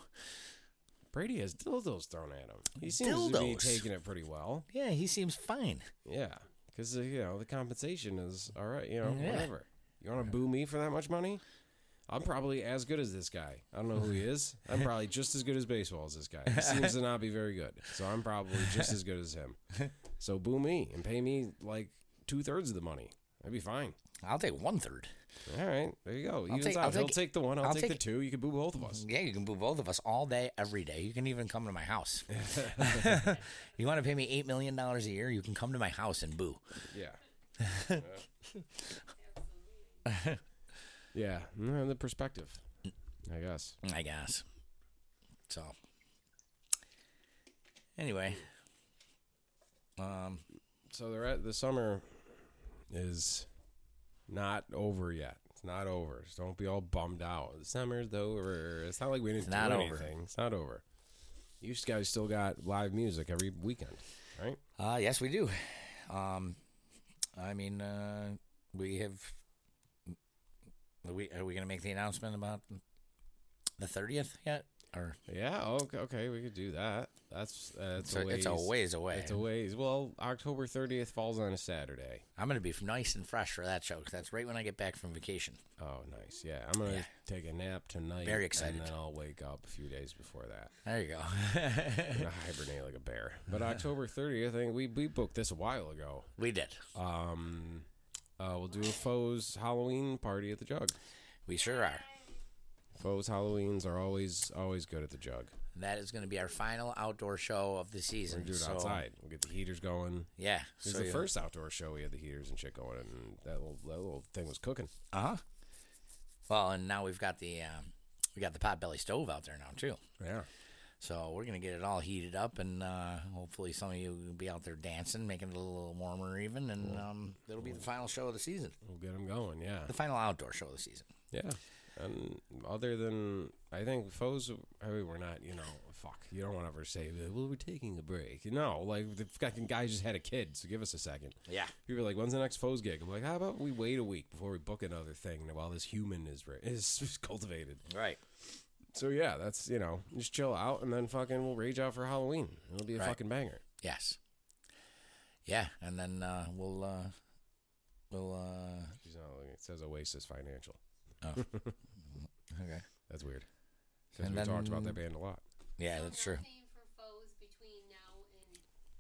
S2: Brady has dildos thrown at him. He seems to be
S3: Dildos.
S2: taking it pretty well.
S3: Yeah, he seems fine.
S2: Yeah, uh, because you know the compensation is all right. You know
S3: Yeah.
S2: whatever. You want to boo me for that much money? I'm probably as good as this guy. I don't know
S3: [LAUGHS]
S2: who he is. I'm probably just as good as baseball as this guy. He seems to not be very good. So I'm probably just as good as him. So boo me and pay me like two thirds of the money. I'd be fine.
S3: I'll take one third.
S2: All right. There you go. Evens
S3: take-
S2: out.
S3: I'll
S2: He'll
S3: take-
S2: take the one. I'll,
S3: I'll
S2: take,
S3: take
S2: the
S3: it.
S2: two. You can boo both of
S3: [LAUGHS]
S2: us.
S3: Yeah, you can boo both of us all day, every day. You can even come to
S2: [LAUGHS]
S3: my house. [LAUGHS] you want to pay me eight million dollars a year? You can come to my house and boo.
S2: Yeah. [LAUGHS] yeah. Mm, The perspective, I guess.
S3: I guess. So. Anyway. Um.
S2: so the re- the summer is not over yet. It's not over. Just don't be all bummed out. The summer's over. It's not like we didn't
S3: not
S2: do
S3: over.
S2: anything. It's not over. You guys still got live music every weekend, right?
S3: Uh, yes, we do. Um, I mean, uh, we have. Are we, are we going to make the announcement about the thirtieth yet? Or
S2: Yeah. Oh, Okay. Okay. We could do that. That's uh, it's,
S3: it's a,
S2: a ways,
S3: it's a ways away.
S2: It's a ways. Well, October thirtieth falls on a Saturday.
S3: I'm going to be nice and fresh for that show 'cause that's right when I get back from vacation.
S2: Oh, nice. Yeah, I'm gonna
S3: Yeah.
S2: take a nap tonight.
S3: Very excited.
S2: And then I'll wake up a few days before that.
S3: There you go. [LAUGHS]
S2: I'm gonna hibernate like a bear. But October thirtieth, I think we we booked this a while ago.
S3: we did.
S2: Um, uh, we'll do a Foes Halloween party at the Jug.
S3: We sure are.
S2: Foes Halloweens are always always good at the Jug.
S3: That is going to be our final outdoor show of the season.
S2: We'll do it
S3: so-
S2: outside. We'll get the heaters going.
S3: Yeah.
S2: This is the first outdoor show we had the heaters and shit going, and that little, that little thing was cooking.
S3: Uh huh. Well, and now we've got the um, we got the potbelly stove out there now too.
S2: Yeah.
S3: So we're gonna get it all heated up, and uh, hopefully some of you will be out there dancing, making it a little warmer even, and um, that'll be the final show of the season,
S2: We'll get them going.
S3: [LAUGHS]
S2: Yeah.
S3: the final outdoor show of the season.
S2: Yeah. And other than, I think foes, I mean, we're not, you know, fuck. You don't want to ever say, well, we're taking a break. No, like, the fucking guy just had a kid, so give us a second.
S3: Yeah.
S2: People are like, when's the next foes gig? I'm like, how about we wait a week before we book another thing while this human is, ra- is [LAUGHS] cultivated?
S3: Right.
S2: So, yeah, that's, you know, just chill out and then fucking we'll rage out for Halloween. It'll be a
S3: Right.
S2: fucking banger.
S3: Yes. Yeah, and then uh, we'll uh, we'll uh, oh.
S2: She's not looking. It says Oasis Financial.
S3: [LAUGHS] okay.
S2: That's weird. Since
S3: And
S2: we talked
S3: then-
S2: about that band a lot.
S3: Yeah, that's true.
S4: Nothing for foes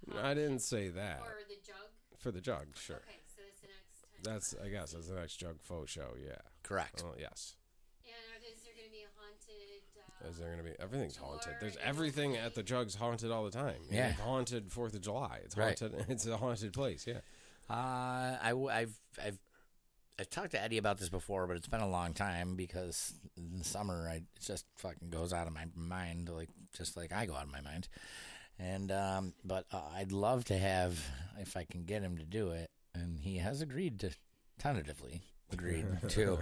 S4: between now and
S2: I didn't say that.
S4: or the jug.
S2: For the jug, sure.
S4: Okay, so that's the next time.
S2: That's, I guess, that's the next jug faux show, yeah.
S3: Correct.
S2: Oh, yes.
S4: and are, is there going to be a haunted? Uh,
S2: Is there going to be everything's haunted? There's everything at the jugs haunted all the time.
S3: Yeah.
S2: Like, haunted Fourth of July. It's
S3: Right.
S2: haunted. [LAUGHS] It's a haunted place. Yeah,
S3: Uh, I w- I've I've I've talked to Eddie about this before, but it's been a long time because in the summer I it just fucking goes out of my mind, like just like I go out of my mind. And um, but uh, I'd love to have if I can get him to do it, and he has agreed to tentatively
S2: [LAUGHS]
S3: agreed to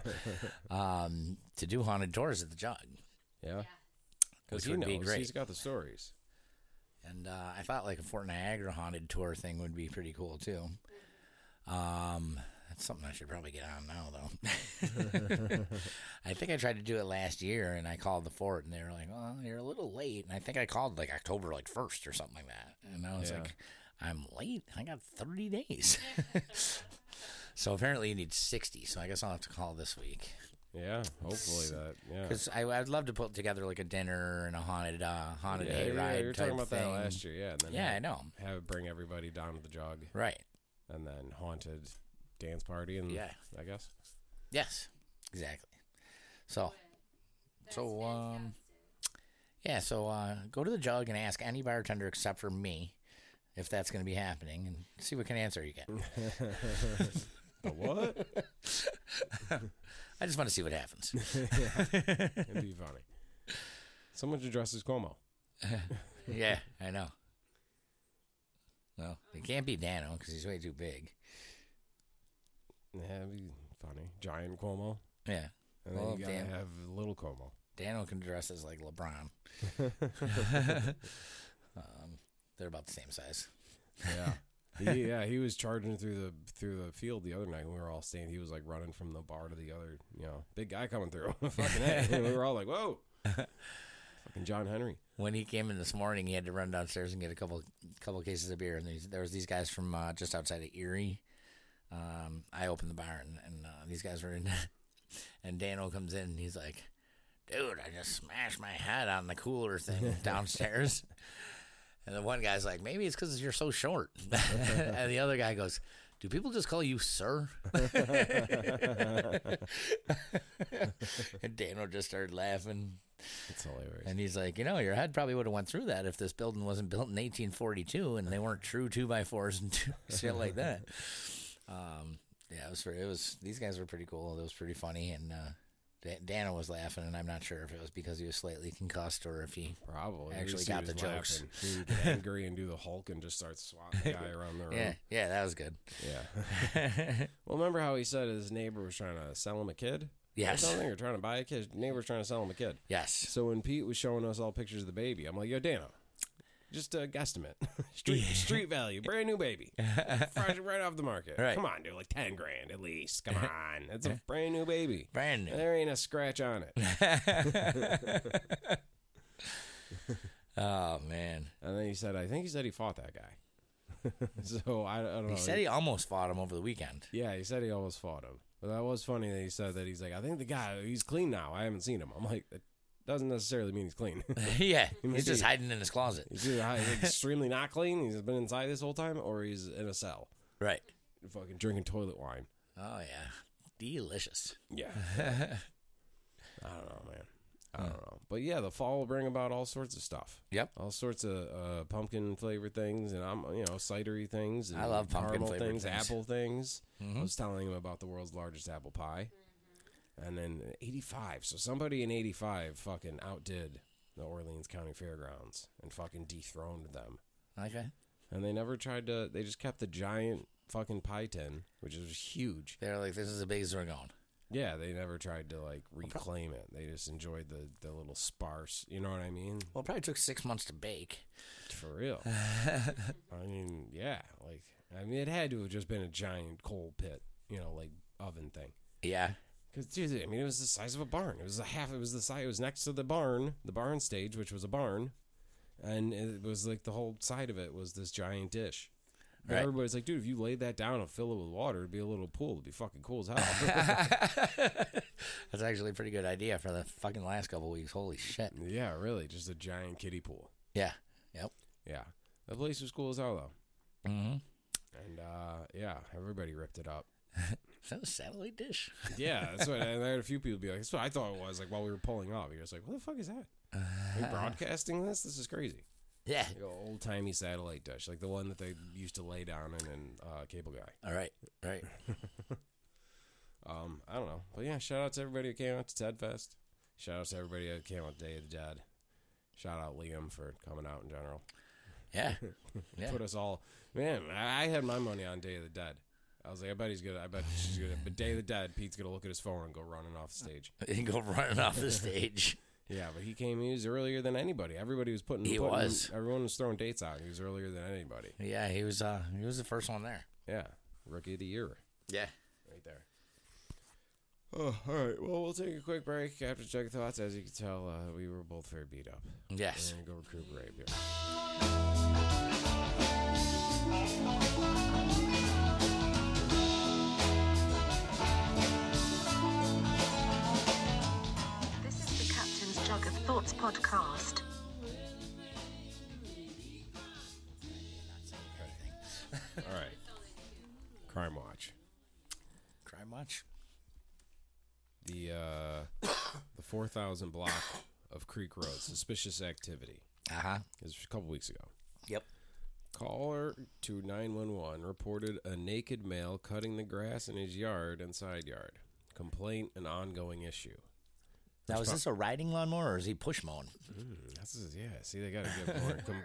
S3: um, to do haunted tours at the jug.
S2: yeah. Because
S3: Which
S2: he
S3: would be
S2: knows
S3: great.
S2: he's got the stories.
S3: And uh, I thought like a Fort Niagara haunted tour thing would be pretty cool too. Um, that's something I should probably get on now though. [LAUGHS] I think I tried to do it last year and I called the fort and they were like, "Well, you're a little late." And I think I called like October like first or something like that. And I was
S2: Yeah.
S3: like, "I'm late. I got 30 days." [LAUGHS] so apparently you need 60. So I guess I'll have to call this week.
S2: Yeah, hopefully that. Yeah,
S3: Because I I'd love to put together like a dinner and a haunted uh, haunted
S2: yeah,
S3: hayride
S2: yeah. You were
S3: type
S2: talking about
S3: thing.
S2: that last year. Yeah, and then
S3: Yeah, I
S2: have,
S3: know.
S2: have it bring everybody down to the jug,
S3: Right.
S2: and then haunted dance party, and
S3: Yeah.
S2: I guess.
S3: Yes, exactly. So, so um, yeah. So uh, go to the jug and ask any bartender except for me if that's going to be happening, and see what kind of answer you get.
S2: A
S3: [LAUGHS]
S2: what?
S3: I just want to see what happens.
S2: It'd be funny. Someone should dress as Cuomo.
S3: yeah, I know. No, it can't be Dano because he's way too big.
S2: That'd be funny. Giant Cuomo,
S3: Yeah,
S2: and then
S3: Oh,
S2: you gotta
S3: damn.
S2: have little Cuomo.
S3: Dano can dress as like LeBron. [LAUGHS] um, they're about the same size. [LAUGHS]
S2: Yeah. he, yeah, he was charging through the through the field the other night. when We were all standing. He was like running from the bar to the other, you know, big guy coming through. [LAUGHS] Fucking
S3: [LAUGHS]
S2: heck. And we were all like, "Whoa!" Fucking John Henry.
S3: when he came in this morning, he had to run downstairs and get a couple couple cases of beer. And these, there was these guys from uh, just outside of Erie. Um, I opened the bar, and, and uh, these guys were in. [LAUGHS] And Dano comes in and he's like, dude, I just smashed my head on the cooler thing downstairs. And the one guy's like, maybe it's because you're so short. [LAUGHS] and the other guy goes, do people just call you sir? [LAUGHS] and Dano just started laughing.
S2: It's hilarious.
S3: And he's like, you know, your head probably would have went through that if this building wasn't built in 1842 and they weren't true two by fours and [LAUGHS] two, shit like that. Um, yeah, it was. It was. These guys were pretty cool. It was pretty funny, and uh, Dan- Dana was laughing, and I'm not sure if it was because he was slightly concussed or if he.
S2: Probably At
S3: Actually
S2: least he
S3: got
S2: was
S3: the jokes.
S2: laughing. He would get angry and do the Hulk and just start swatting the guy
S3: [LAUGHS]
S2: around the room.
S3: Yeah, yeah, that was good.
S2: Yeah. [LAUGHS] Well, remember how he said his neighbor was trying to sell him a kid? Or
S3: yes,
S2: something, or trying to buy a kid. His neighbor was trying to sell him a kid.
S3: yes.
S2: So when Pete was showing us all pictures of the baby, I'm like, yo, Dano, just a guesstimate. [LAUGHS] street, street value, brand new
S3: [LAUGHS]
S2: baby. Fresh, right off the market.
S3: Right.
S2: Come on, dude, like 10 grand at least.
S3: [LAUGHS]
S2: Come on. It's a brand new baby.
S3: Brand new.
S2: There ain't a scratch on
S3: [LAUGHS]
S2: it.
S3: Oh man,
S2: And then he said, I think he said he fought that guy. [LAUGHS] so I, I don't know.
S3: he said he almost fought him over the weekend. [LAUGHS]
S2: Yeah, he said he almost fought him. But that was funny that he said that he's like, I think the guy, he's clean now. I haven't seen him. I'm like, that doesn't necessarily mean he's clean. [LAUGHS]
S3: yeah,
S2: must
S3: he's just
S2: be-
S3: hiding in his closet.
S2: he's either hi-
S3: [LAUGHS]
S2: extremely not clean, he's been inside this whole time, or he's in a cell
S3: Right.
S2: fucking drinking toilet wine.
S3: Oh yeah, delicious. [LAUGHS]
S2: Yeah. I don't know, man. I don't know. But yeah, the fall will bring about all sorts of stuff.
S3: Yep.
S2: All sorts of uh, pumpkin flavored things, and I'm you know cidery things. And
S3: I love pumpkin
S2: caramel
S3: flavored
S2: things,
S3: things. Mm-hmm.
S2: apple things. I was telling him about the world's largest apple pie, and then '85. So somebody in '85 fucking outdid the Orleans County Fairgrounds and fucking dethroned them.
S3: Okay.
S2: And they never tried to. They just kept the giant fucking pie tin, which is huge.
S3: They're like, this is the biggest we're going.
S2: Yeah, they never tried to like reclaim it. They just enjoyed the the little sparse. You know what I mean?
S3: Well, it probably took six months to bake.
S2: For real. I mean, yeah. Like, I mean, it had to have just been a giant coal pit, you know, like oven thing.
S3: [LAUGHS] Yeah.
S2: Because, dude, I mean, it was the size of a barn. It was a half. It was the size. It was next to the barn, the barn stage, which was a barn, and it was like the whole side of it was this giant dish. And
S3: Right.
S2: Everybody's like, dude, if you laid that down and fill it with water, it'd be a little pool. It'd be fucking cool as
S3: [LAUGHS]
S2: hell.
S3: That's actually a pretty good idea for the fucking last couple weeks. Holy shit.
S2: yeah, really, just a giant kiddie pool.
S3: Yeah. Yep.
S2: Yeah, the place was cool as hell though,
S3: Mm-hmm.
S2: and uh, yeah, everybody ripped it up.
S3: Is that a satellite [LAUGHS] dish?
S2: Yeah, that's what. And I had a few people be like, "That's what I thought it was." Like while we were pulling up, you're just like, "What the fuck is that? Are you broadcasting this? This is crazy."
S3: Yeah.
S2: Like old timey satellite dish, like the one that they used to lay down in in uh, Cable Guy.
S3: All right. Right.
S2: Um, I don't know, but yeah, shout out to everybody who came out to Ted Fest. Shout out to everybody who came out to Day of the Dead. Shout out Liam for coming out in general.
S3: [LAUGHS] Yeah. Yeah.
S2: Put us all, man. I I had my money on Day of the Dead. I was like, I bet he's gonna. I bet she's gonna. But Day of the Dead, Pete's gonna look at his phone and go running off the stage.
S3: and go running off the stage.
S2: Yeah, but he came. He was earlier than anybody. Everybody was putting.
S3: He
S2: putting-
S3: was.
S2: Everyone was throwing dates out. He was earlier than anybody.
S3: Yeah. He was. Uh. He was the first one there.
S2: Yeah, rookie of the year.
S3: Yeah.
S2: right there. Oh, all right. Well, we'll take a quick break after Jug Thoughts. As you can tell, uh, we were both very beat up.
S3: Yes.
S2: We're going to go recuperate here.
S3: [LAUGHS]
S1: This is the Captain's Jug of Thoughts podcast.
S3: [LAUGHS]
S2: All right. Crime Watch.
S3: Crime Watch.
S2: The uh, [COUGHS] the 4,000 block of Creek Road. Suspicious activity.
S3: Uh huh.
S2: It was a couple weeks ago.
S3: Yep.
S2: Caller to 911 reported a naked male cutting the grass in his yard and side yard. Complaint an ongoing issue.
S3: Now is this a riding lawnmower or is he push mowing?
S2: That's yeah. See, they got to get more. com-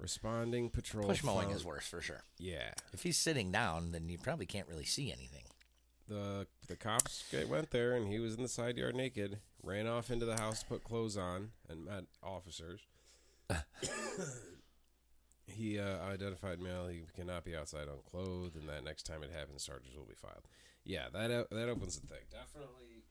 S2: responding patrol.
S3: Push mowing
S2: found-
S3: is worse for sure.
S2: Yeah,
S3: If he's sitting down, then you probably can't really see anything.
S2: the the cops g- went there, and he was in the side yard naked. Ran off into the house to put clothes on, and met officers. [COUGHS] he uh, identified male. He cannot be outside unclothed, and uh, that next time it happens, charges will be filed. Yeah, that o- that opens the thing. Definitely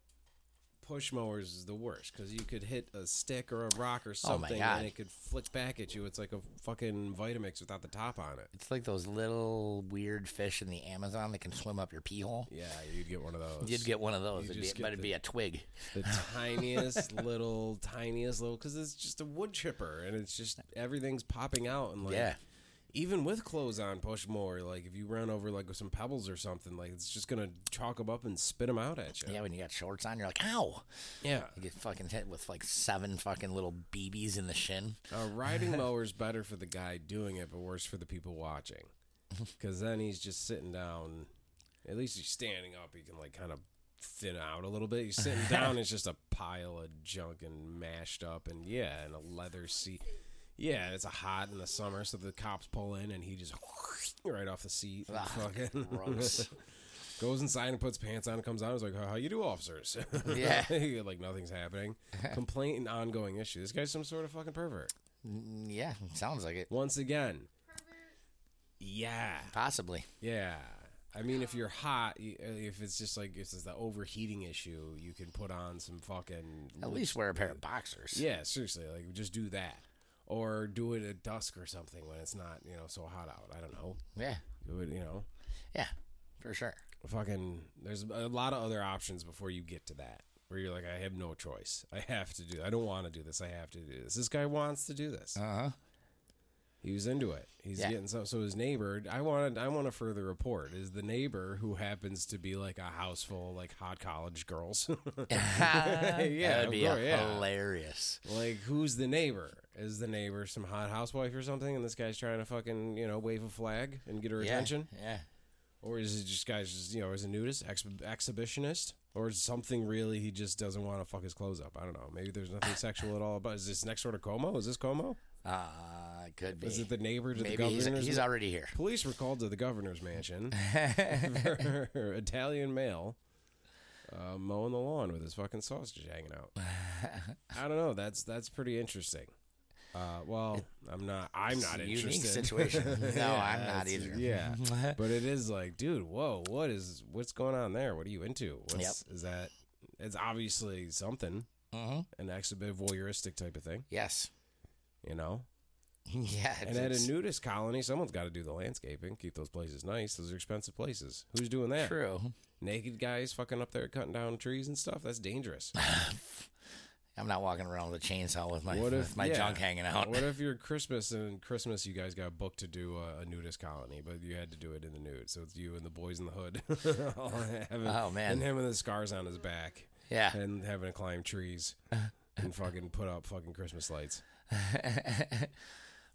S2: push mowers is the worst because you could hit a stick or a rock or something
S3: Oh God.
S2: and it could flick back at you. It's like a fucking Vitamix without the top on it.
S3: It's like those little weird fish in the Amazon that can swim up your pee hole.
S2: Yeah, you'd get one of those.
S3: You'd get one of those,
S2: You
S3: it'd
S2: just
S3: be,
S2: get
S3: but it'd
S2: the-
S3: be a twig.
S2: the tiniest little, tiniest little, because it's just a wood chipper and it's just everything's popping out and like.
S3: Yeah.
S2: Even with clothes on, push more. Like if you run over like some pebbles or something, like it's just gonna chalk them up and spit them out at you.
S3: Yeah, when you got shorts on, you're like, ow!
S2: Yeah.
S3: You get fucking hit with like seven fucking little BBs in the shin.
S2: A
S3: [LAUGHS]
S2: riding mower's better for the guy doing it, but worse for the people
S3: [LAUGHS]
S2: watching. Because then he's just sitting down. At least he's standing up. He can, like, kind of thin out a little bit. He's
S3: [LAUGHS]
S2: sitting down. It's just a pile of junk and mashed up. And, yeah, and a leather seat. Yeah, it's a hot in the summer, so the cops pull in, and he just [LAUGHS] right off the seat. and fucking
S3: Ah, gross.
S2: [LAUGHS] goes inside and puts pants on and comes out. He's like, how you do, officers? [LAUGHS]
S3: Yeah.
S2: like, nothing's
S3: [LAUGHS]
S2: happening. Complaint and ongoing issue. This guy's some sort of fucking pervert.
S3: Mm, Yeah, sounds like it.
S2: Once again,
S4: Pervert,
S2: yeah,
S3: Possibly.
S2: yeah. I mean, if you're hot, y- uh, if it's just like if it's the overheating issue, you can put on some fucking.
S3: At least wear a pair of boxers.
S2: Yeah, seriously, like just do that, or do it at dusk or something when it's not you know so hot out. I don't know.
S3: Yeah,
S2: Do it, you know,
S3: yeah, for sure.
S2: fucking. There's a lot of other options before you get to that where you're like, I have no choice. I have to do. I don't want to do this. I have to do this. This guy wants to do this.
S3: Uh huh. [LAUGHS]
S2: He was into it. He's
S3: Yeah.
S2: getting so. So his neighbor, I wanted, I want to further report is the neighbor who happens to be like a house full of like hot college girls. [LAUGHS] [LAUGHS]
S3: that
S2: yeah,
S3: would
S2: of
S3: be
S2: course, yeah.
S3: hilarious.
S2: Like who's the neighbor? Is the neighbor some hot housewife or something? And this guy's trying to fucking you know wave a flag and get her
S3: Yeah,
S2: attention,
S3: Yeah.
S2: or is it just guys just you know is a nudist, ex- exhibitionist, or is something really he just doesn't want to fuck his clothes up? I don't know. Maybe there's nothing sexual at all about. Is this next door to Como? Is this Como?
S3: Uh, could be.
S2: Is it the neighbor to the
S3: Maybe he's,
S2: governor's?
S3: he's
S2: [LAUGHS]
S3: already here.
S2: Police were called to the governor's mansion for [LAUGHS] Italian male uh, mowing the lawn with his fucking sausage hanging
S3: [LAUGHS]
S2: out. I don't know. That's that's pretty interesting. Uh, well, I'm not. I'm
S3: It's
S2: not
S3: a
S2: interested. [LAUGHS]
S3: unique situation. No, I'm not
S2: that's-
S3: either. [LAUGHS]
S2: Yeah, but it is like, dude, whoa, what is what's going on there? What are you into? What's, Is that? It's obviously something,
S3: Mhm.
S2: an exhibit voyeuristic type of thing,
S3: Yes. [LAUGHS]
S2: you know.
S3: Yeah.
S2: And at
S3: it's
S2: a nudist colony, someone's got to do the landscaping, keep those places nice. Those are expensive places. Who's doing that?
S3: true. [SIGHS]
S2: Naked guys fucking up there cutting down trees and stuff. That's dangerous.
S3: I'm not walking around with a chainsaw with [LAUGHS] my
S2: What if
S3: with my
S2: yeah.
S3: junk hanging out.
S2: What
S3: [LAUGHS]
S2: if you're Christmas and Christmas you guys got booked to do a, a nudist colony, but you had to do it in the nude. So it's you and the boys in the hood. [LAUGHS] All having-
S3: Oh, man.
S2: and him with the scars on his back
S3: yeah.
S2: and having to climb
S3: [LAUGHS]
S2: trees and fucking put up fucking Christmas lights.
S3: [LAUGHS]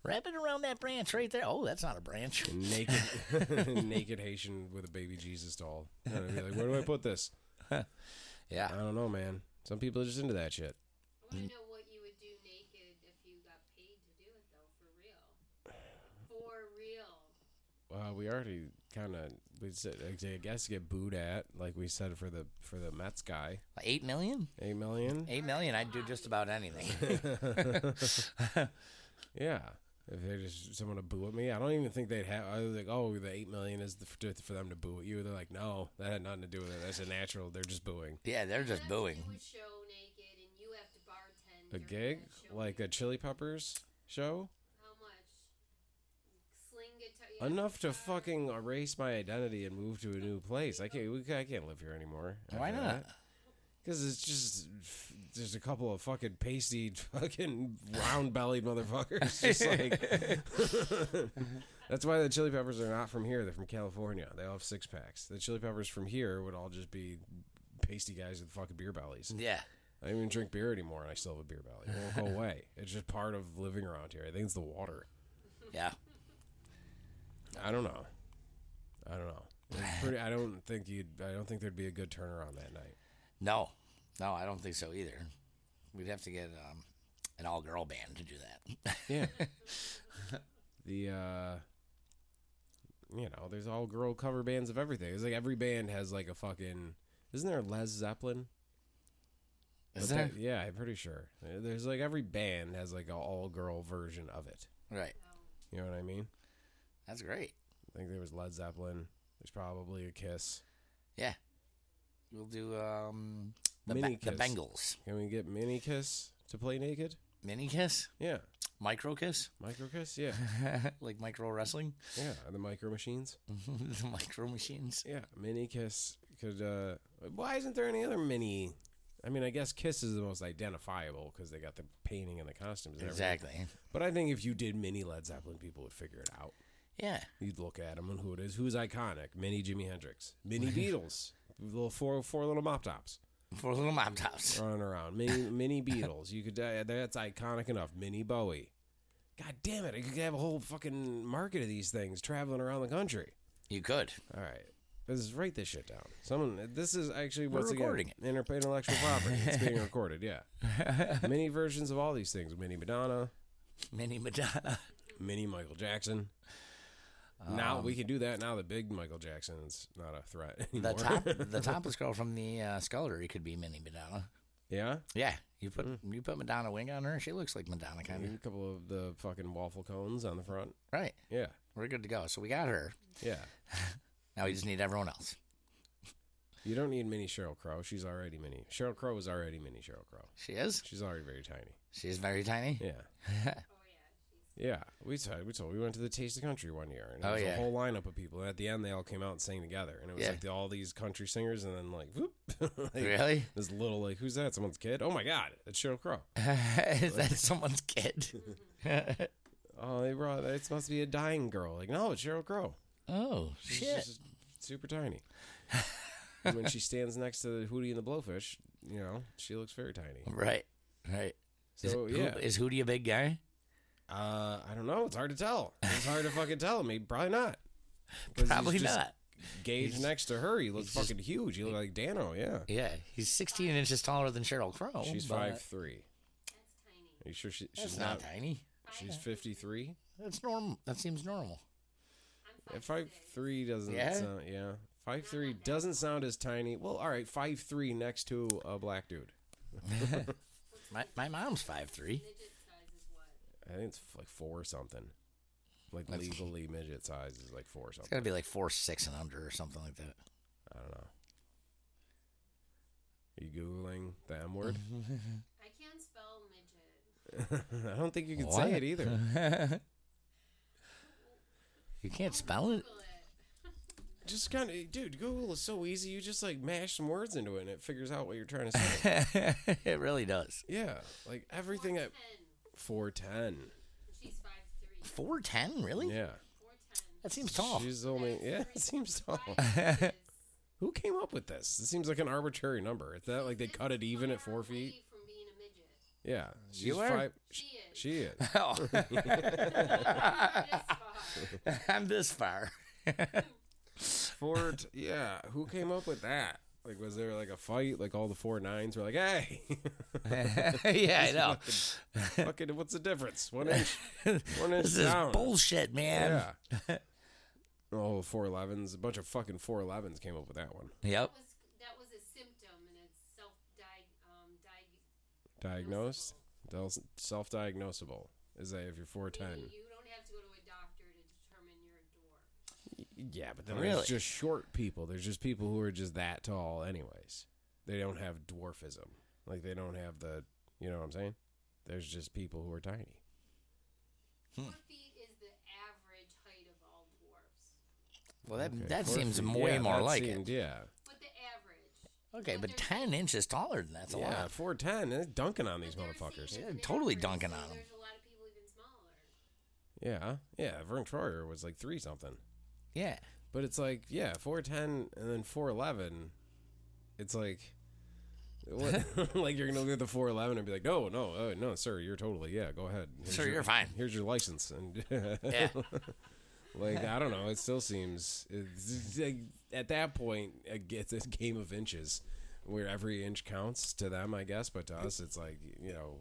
S3: Wrap it around that branch right there. Oh, that's not a branch.
S2: naked [LAUGHS] naked Haitian with a baby Jesus doll. And I'd be like, where do I put this?
S3: Yeah.
S2: I don't know, man. Some people are just into that shit.
S4: I want to know what you would do naked if you got paid to do it though, for real. For real.
S2: Well, we already kind of we said I guess get booed at like we said for the for the Mets guy
S3: Eight million?
S2: eight million.
S3: Eight million, I'd do just
S2: [LAUGHS]
S3: about anything.
S2: Yeah, if they just someone to boo at me, I don't even think they'd have. I was like, oh, the eight million is the, for them to boo at you. They're like, no, that had nothing to do with it. That's a natural. They're just booing.
S3: yeah, they're just
S4: Imagine
S3: booing.
S4: You would show naked and you have to bartend.
S2: A
S4: during
S2: gig
S4: that show.
S2: like a Chili Peppers show
S4: How much? Sling guitar. you have
S2: enough to
S4: guitar.
S2: fucking erase my identity and move to a new place. I can't. We, I can't live here anymore.
S3: Why
S2: after
S3: not?
S2: that. Because it's just there's a couple of fucking pasty, fucking round bellied motherfuckers. Just like that's why the Chili Peppers are not from here. They're from California. They all have six packs. The Chili Peppers from here would all just be pasty guys with fucking beer bellies.
S3: Yeah.
S2: I don't even drink beer anymore, and I still have a beer belly. It won't go away. It's just part of living around here. I think it's the water.
S3: Yeah.
S2: I don't know. I don't know. It's pretty, I don't think you'd. I don't think there'd be a good turnaround that night.
S3: No. No, I don't think so either. We'd have to get um, an all girl band to do that. [LAUGHS]
S2: Yeah. [LAUGHS] the uh you know, there's all girl cover bands of everything. It's like every band has like a fucking isn't there a Les Zeppelin?
S3: Is
S2: But
S3: there?
S2: that- yeah, I'm pretty sure. There's like every band has like a all girl version of it.
S3: Right.
S2: You know what I mean?
S3: That's great.
S2: I think there was Led Zeppelin. There's probably a Kiss.
S3: Yeah. We'll do um The,
S2: Mini
S3: Be- the
S2: kiss.
S3: Bengals.
S2: Can we get Mini Kiss to play naked?
S3: Mini kiss?
S2: Yeah.
S3: Micro kiss? [LAUGHS]
S2: Micro Kiss? Yeah.
S3: like micro wrestling? [LAUGHS]
S2: Yeah. The micro machines?
S3: the micro machines?
S2: Yeah. Mini Kiss could. uh Why isn't there any other mini? I mean, I guess Kiss is the most identifiable because they got the painting and the costumes. And everything.
S3: Exactly.
S2: But I think if you did mini Led Zeppelin, people would figure it out.
S3: Yeah.
S2: You'd look at them and who it is. Who's iconic? Mini Jimi Hendrix. Mini Beatles. Little four four little mop tops
S3: For little mop tops.
S2: running around. Mini mini Beatles. You could uh, that's iconic enough. Mini Bowie. God damn it! You could have a whole fucking market of these things traveling around the country.
S3: You could.
S2: All right. This is write this shit down. Someone, this is actually
S3: We're
S2: once
S3: recording
S2: again
S3: it.
S2: inter- intellectual property. It's
S3: [LAUGHS]
S2: being recorded. Yeah, mini versions of all these things. Mini Madonna, [LAUGHS]
S3: Mini Madonna.
S2: mini Michael Jackson.
S3: Um,
S2: now we can do that. Now the big Michael Jackson's not a threat
S3: The
S2: anymore.
S3: top, the topless girl from the uh, scullery could be Mini Madonna.
S2: [LAUGHS] yeah,
S3: Yeah, you put
S2: Hmm.
S3: you put Madonna wing on her, and she looks like Madonna kind of.
S2: a couple of the fucking waffle cones on the front.
S3: Right,
S2: Yeah,
S3: we're good to go. So we got her.
S2: yeah.
S3: Now we just need everyone else.
S2: You don't need mini Cheryl Crow. She's already mini. Cheryl Crow is already mini Cheryl Crow.
S3: She is.
S2: She's already very tiny.
S3: She's very tiny.
S2: Yeah.
S3: [LAUGHS]
S2: Yeah, we told we told we went to the Taste of Country one year, and it
S3: Oh,
S2: was
S3: yeah.
S2: a whole lineup of people. And at the end, they all came out and sang together, and it was
S3: Yeah.
S2: like the, all these country singers, and then like, whoop, [LAUGHS] like,
S3: Really?
S2: this little like, who's that? Someone's kid? Oh my god, it's Cheryl Crow.
S3: [LAUGHS] is that
S2: [LAUGHS]
S3: someone's kid? [LAUGHS]
S2: Oh, they brought that. It must be a dying girl. Like, no, it's Cheryl Crow.
S3: oh
S2: She's
S3: shit!
S2: just super tiny. And when she stands next to the Hootie and the Blowfish, you know, she looks very tiny.
S3: Right, right.
S2: So
S3: is, who-
S2: yeah,
S3: is Hootie a big guy?
S2: uh, I don't know. It's hard to tell. It's hard to fucking tell. Me, probably not. 'Cause he's
S3: Probably
S2: just-
S3: not.
S2: Gauge
S3: He's-
S2: next to her, he looks
S3: he's just-
S2: fucking huge. He looked like Dano, yeah.
S3: Yeah, he's 16 inches taller than Cheryl Crow.
S2: she's
S3: but
S2: five three.
S4: That's tiny.
S2: Are you sure she,
S3: That's
S2: she's not?
S3: not tiny.
S2: she's fifty three.
S3: That's normal. That seems normal.
S4: I'm
S2: Five three doesn't
S3: Yeah?
S2: sound. Yeah, five three doesn't sound as tiny. Well, all right, five three next to a black dude.
S3: My my mom's five three.
S4: Midget size is what?
S2: I think it's like four something. Like
S3: That's-
S2: legally midget size is like four
S3: It's
S2: something.
S3: gotta be like four six and under or something like that.
S2: I don't know. Are you googling the M word?
S4: I can't spell midget.
S2: [LAUGHS] I don't think you can
S3: Mm-hmm. What?
S2: say it
S3: [LAUGHS]
S2: either.
S3: you can't spell it. [LAUGHS]
S4: Google it.
S2: Just kind of, dude. Google is so easy. You just like mash some words into it, and it figures out what you're trying to say.
S3: [LAUGHS] it really does.
S2: Yeah, like everything at
S4: 10.
S2: 410.
S4: She's 5'3.
S3: Four ten, really?
S2: Yeah.
S4: 4'10.
S3: That seems tall.
S2: She's only, yeah, it seems tall.
S3: [LAUGHS]
S2: Who came up with this? It seems like an arbitrary number. It's that like they cut it even at four feet.
S4: From being a midget.
S2: Yeah. She's
S3: You are?
S2: Five, sh-
S4: She
S2: she
S4: is.
S2: is.
S3: [LAUGHS] Oh,
S4: This
S3: [LAUGHS]
S4: far.
S3: [LAUGHS] I'm this far.
S2: Four, t- yeah. Who came up with that? Like, was there like a fight? Like, all the four nines were like, hey, [LAUGHS]
S3: [LAUGHS] yeah, I know.
S2: fucking, what's the difference? One
S3: [LAUGHS]
S2: inch, one inch
S3: This is
S2: down.
S3: bullshit, man.
S2: Yeah. [LAUGHS] Oh, 411s. A bunch of fucking 411s came up with that one.
S4: That
S3: Yep.
S4: was, that was a symptom and it's self um, diag-
S2: Diagnosed? Self diagnosable. Is that if you're 410?
S4: meaning You don't have to go to a doctor to determine you're a dwarf.
S2: Yeah, but then
S3: Really?
S2: there's just short people. There's just people who are just that tall, anyways. They don't have dwarfism. Like they don't have the, you know what I'm saying? There's just people who are tiny.
S3: Hmm.
S4: Four feet is the average height of all dwarfs.
S3: Well, that
S2: Okay,
S3: that
S2: four
S3: seems
S2: feet.
S3: way
S2: Yeah,
S3: more
S2: that
S3: like
S2: seemed-
S3: it.
S2: Yeah,
S4: But the average.
S3: Okay, but
S4: they're-
S3: ten inches taller than that's a
S2: yeah, [LAUGHS]
S3: lot.
S2: four ten. It's dunking on these
S4: They're
S2: motherfuckers.
S4: seen
S3: Yeah,
S4: as an
S3: totally
S4: average,
S3: dunking
S4: so
S3: on 'em.
S4: There's a lot of people even
S2: Yeah,
S4: smaller.
S2: yeah. Vern Troyer was like three something,
S3: Yeah.
S2: but it's like yeah, four ten and then four eleven. It's like,
S3: [LAUGHS]
S2: what? [LAUGHS] like you're gonna look at the four eleven and be like, no, no, uh, no, sir, you're totally yeah. Go ahead, Here's
S3: Sir,
S2: your-
S3: you're fine.
S2: Here's your license and [LAUGHS]
S3: Yeah.
S2: Like I don't know. It still seems it's, like, at that point it gets a game of inches, where every inch counts to them, I guess. But to us, it's like you know,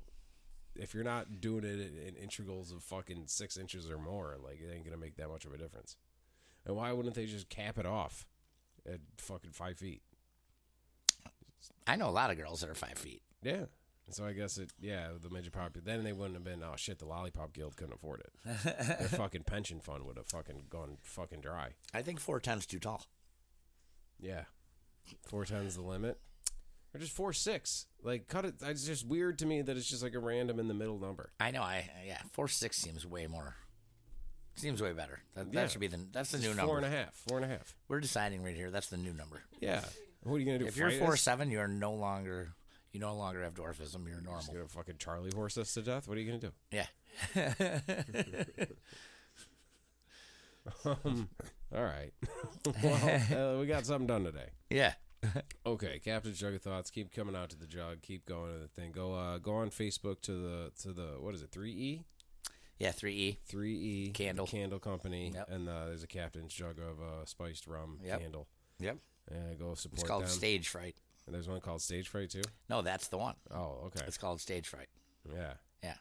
S2: if you're not doing it in in integrals of fucking six inches or more, like it ain't gonna make that much of a difference. And why wouldn't they just cap it off at fucking five feet?
S3: I know a lot of girls that are five feet.
S2: Yeah. So I guess it, yeah, the midget popular. Then they wouldn't have been. Oh shit, the lollipop guild couldn't afford it. Their fucking pension fund would have fucking gone fucking dry.
S3: I think four ten's too tall.
S2: Yeah. Four times the limit. or just four six. Like cut it. It's just weird to me that it's just like a random in the middle number.
S3: I know. I yeah, four six seems way more. Seems way better. That,
S2: Yeah.
S3: that should be the that's the
S2: It's
S3: new
S2: four and
S3: number.
S2: a half, four and a half.
S3: We're deciding right here. That's the new number.
S2: Yeah. What are you gonna do?
S3: If you're
S2: fight
S3: four
S2: us?
S3: seven, you are no longer you no longer have dwarfism. You're
S2: Just
S3: normal.
S2: Oh, gonna fucking Charlie horse us to death. What are you gonna do?
S3: Yeah. [LAUGHS]
S2: Um, all right. [LAUGHS]
S3: [LAUGHS]
S2: well, uh, we got something done today.
S3: yeah.
S2: Okay, Captain Jug of Thoughts, keep coming out to the jug. Keep going to the thing. Go, uh, go on Facebook to the to the what is it? Three E,
S3: Yeah. Three E.
S2: three E
S3: Candle.
S2: Candle Company,
S3: Yep.
S2: and uh, there's a Captain's Jug of uh, spiced rum
S3: Yep.
S2: candle.
S3: Yep.
S2: Uh, go
S3: It's
S2: support
S3: called
S2: them.
S3: stage fright.
S2: and there's one called Stage Fright too.
S3: No, that's the one.
S2: Oh, okay,
S3: It's called stage fright.
S2: yeah.
S3: Yeah.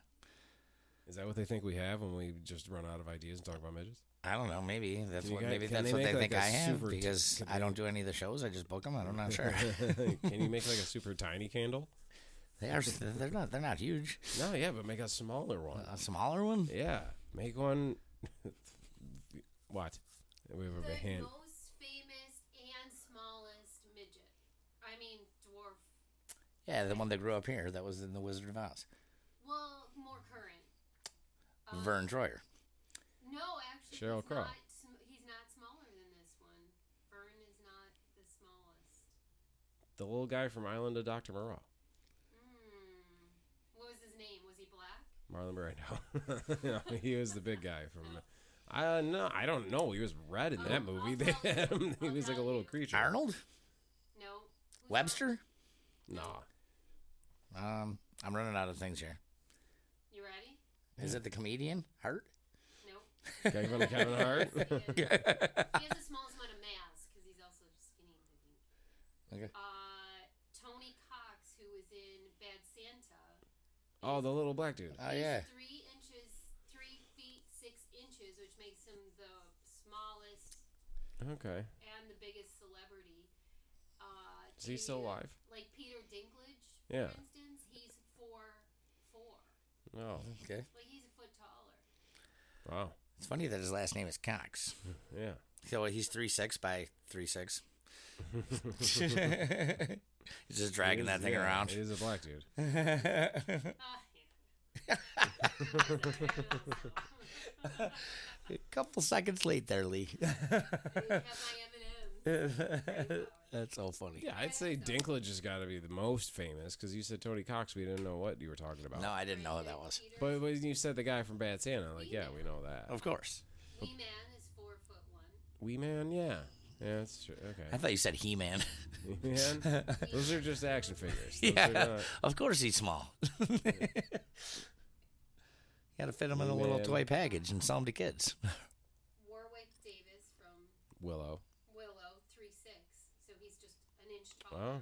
S2: Is that what they think we have when we just run out of ideas and talk about midgets?
S3: I don't know. Maybe that's
S2: you
S3: what
S2: guys-
S3: maybe
S2: can
S3: that's
S2: they
S3: what
S2: make,
S3: they
S2: like, a
S3: think I have
S2: super t-
S3: because
S2: could
S3: I don't do any of the shows. I just book them. I'm not sure.
S2: [LAUGHS] Can you make like a super tiny candle?
S3: [LAUGHS] they are. They're not. They're not huge.
S2: No, yeah, but make a smaller one.
S3: A smaller one.
S2: Yeah, make one. [LAUGHS] what? We have a
S4: The
S2: hand.
S4: most famous and smallest midget. I mean, dwarf.
S3: Yeah, the one that grew up here. That was in the Wizard of Oz.
S4: Well, more current. Um,
S3: Vern Troyer.
S4: No, actually,
S2: Sheryl
S4: he's
S2: Crow.
S4: Not, sm- he's not smaller than this one. Vern is not the smallest.
S2: The little guy from Island of Dr. Moreau.
S4: Mm. What was his name? Was he black?
S2: Marlon Brando. [LAUGHS] No, he was the big guy from. I no, I don't know. He was red in that movie. [LAUGHS] They had him. He was like a little creature.
S3: Arnold
S4: No. Who's
S3: Webster.
S2: Nah.
S3: Um, I'm running out of things here.
S4: that? You ready?
S3: Is it the comedian Hart?
S4: Nope.
S2: Guy from Kevin Hart. [LAUGHS]
S4: He has, he has the [LAUGHS] smallest amount of mass because he's also skinny. I think.
S3: Okay.
S4: Uh, Tony Cox, who was in Bad Santa.
S2: Oh, the little black dude.
S3: Oh
S4: is
S3: yeah.
S4: Three inches, three feet six inches, which makes him the smallest
S2: Okay.
S4: and the biggest celebrity. Uh,
S2: Is he still
S4: Peter-
S2: alive?
S4: Like Peter Dinklage,
S2: Yeah.
S4: for instance, he's four four.
S2: Oh,
S3: Okay.
S4: Like he's a foot taller. [LAUGHS]
S2: wow.
S3: It's funny that his last name is Cox.
S2: Yeah.
S3: So uh, he's three six by three six. he's just dragging
S2: He
S3: that
S2: is-
S3: thing
S2: yeah,
S3: around.
S2: He is a black dude.
S4: Ah, yeah.
S3: A couple seconds late there, Lee. [LAUGHS]
S4: I have
S2: [LAUGHS]
S4: my M&Ms.
S3: That's so funny.
S2: [LAUGHS] Yeah, I'd say Dinklage has got to be the most famous because you said Tony Cox. We didn't know what you were talking about.
S3: No, I didn't know who that was.
S4: Peter
S2: But when you said the guy from Bad Santa, like, yeah, we know that.
S3: Of course.
S4: Lee Man is four foot one.
S2: Wee Man, yeah. Yeah, that's true.
S3: I [LAUGHS]
S2: Okay.
S3: thought you said He Man.
S2: Wee Man? Those are just action figures. Those are
S3: yeah.
S2: not-
S3: Of course he's small. [LAUGHS] Got to fit him in a little
S2: Man.
S3: toy package and sell him to kids. [LAUGHS]
S4: Warwick Davis from
S2: Willow.
S4: Willow, three six. So he's just an inch
S2: Wow.
S4: taller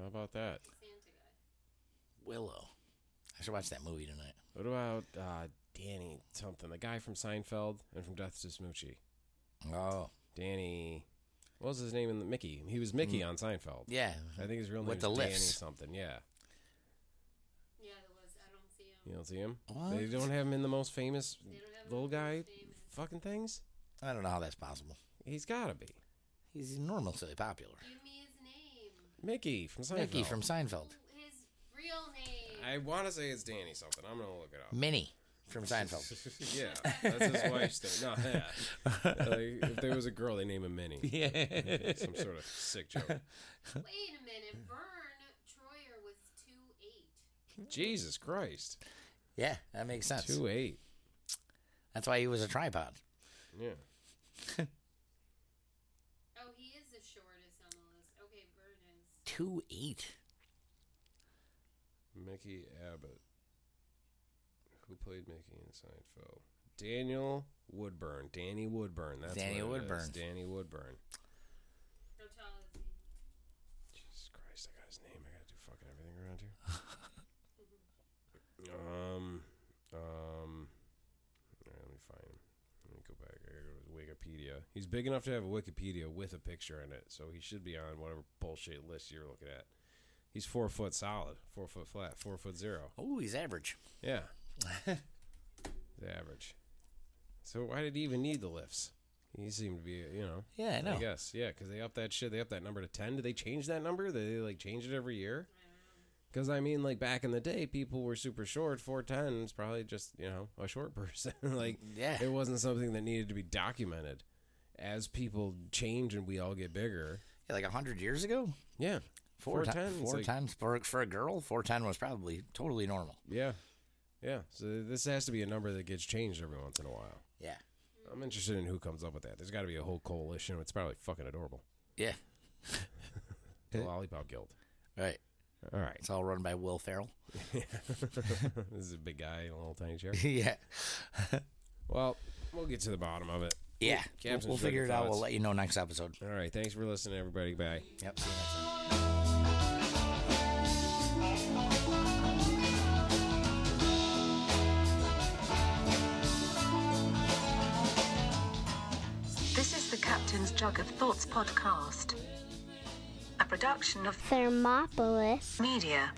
S2: How about that?
S4: than Santa guy.
S3: Willow. I should watch that movie tonight.
S2: What about uh, Danny something? The guy from Seinfeld and from Death to Smoochie.
S3: Oh.
S2: Danny. What was his name in the Mickey? He was Mickey
S3: Mm.
S2: on Seinfeld.
S3: Yeah.
S2: I think his real name
S3: With
S2: is
S3: the
S2: Danny
S3: lifts.
S2: something. Yeah.
S4: Yeah, there was. I don't see him.
S2: You don't see him?
S3: What?
S2: They don't have him in the most famous
S4: They don't have him
S2: little
S4: in the
S2: guy
S4: most famous.
S2: fucking things?
S3: I don't know how that's possible.
S2: He's got to be.
S3: He's enormously popular.
S4: Give me his name.
S2: Mickey from Seinfeld.
S3: Mickey from Seinfeld.
S4: His real name.
S2: I want to say it's Danny something. I'm going to look it up.
S3: Minnie from Seinfeld.
S2: [LAUGHS] Yeah, that's his wife's thing. No,
S3: [LAUGHS]
S2: yeah. like, if there was a girl, they name him [LAUGHS] Minnie.
S3: yeah.
S2: Some sort of sick
S3: [LAUGHS]
S2: joke.
S4: Wait a minute. Vern Troyer was two eight.
S2: Jesus Christ,
S3: Yeah, that makes sense.
S2: two eight.
S3: That's why he was a tripod.
S2: Yeah,
S4: Oh, he is the shortest on the list. Okay, Vern is.
S3: Two eight.
S2: Mickey Abbott, who played Mickey in Seinfeld. Daniel Woodburn, Danny Woodburn. That's
S3: Danny
S2: what it
S3: Woodburn.
S2: is. Danny Woodburn.
S4: How tall is he?
S2: Jesus Christ, I got his name. I got to do fucking everything around
S3: [LAUGHS]
S2: here. um, um, all right, let me find him. Let me go back. I gotta go to Wikipedia. He's big enough to have a Wikipedia with a picture in it, so he should be on whatever bullshit list you're looking at. He's four foot solid, four foot flat, four foot zero.
S3: Oh, he's average.
S2: Yeah, the average. So why did he even need the lifts? He seemed to be, you know.
S3: Yeah, I know.
S2: I guess, yeah, because they up that shit. They up that number to ten. Did they change that number? Did they like change it every year? Because I mean, like back in the day, people were super short. Four ten is probably just you know a short [LAUGHS] person. like
S3: Yeah.
S2: it wasn't something that needed to be documented. As people change and we all get bigger,
S3: Yeah, like hundred years ago,
S2: yeah,
S3: four, ti-
S2: 410 is
S3: four
S2: like-
S3: times for for a girl, four ten was probably totally normal.
S2: yeah, yeah. So this has to be a number that gets changed every once in a while.
S3: Yeah,
S2: I'm interested in who comes up with that. There's got to be a whole coalition. It's probably fucking adorable.
S3: yeah,
S2: The Lollipop Guild.
S3: right.
S2: Eh. All right. [LAUGHS]
S3: It's all run by Will Ferrell. [LAUGHS]
S2: this is a big guy in a little tiny chair.
S3: yeah,
S2: Well, we'll get to the bottom of it.
S3: yeah. We'll,
S2: Captain's
S3: we'll figure it
S2: Sugar
S3: out. We'll
S2: Thoughts.
S3: let you know next episode.
S2: All right. Thanks for listening, everybody. Bye.
S3: Yep. See you next time.
S1: This is the Captain's Jug of Thoughts podcast, a production of
S5: Thermopolis
S1: Media.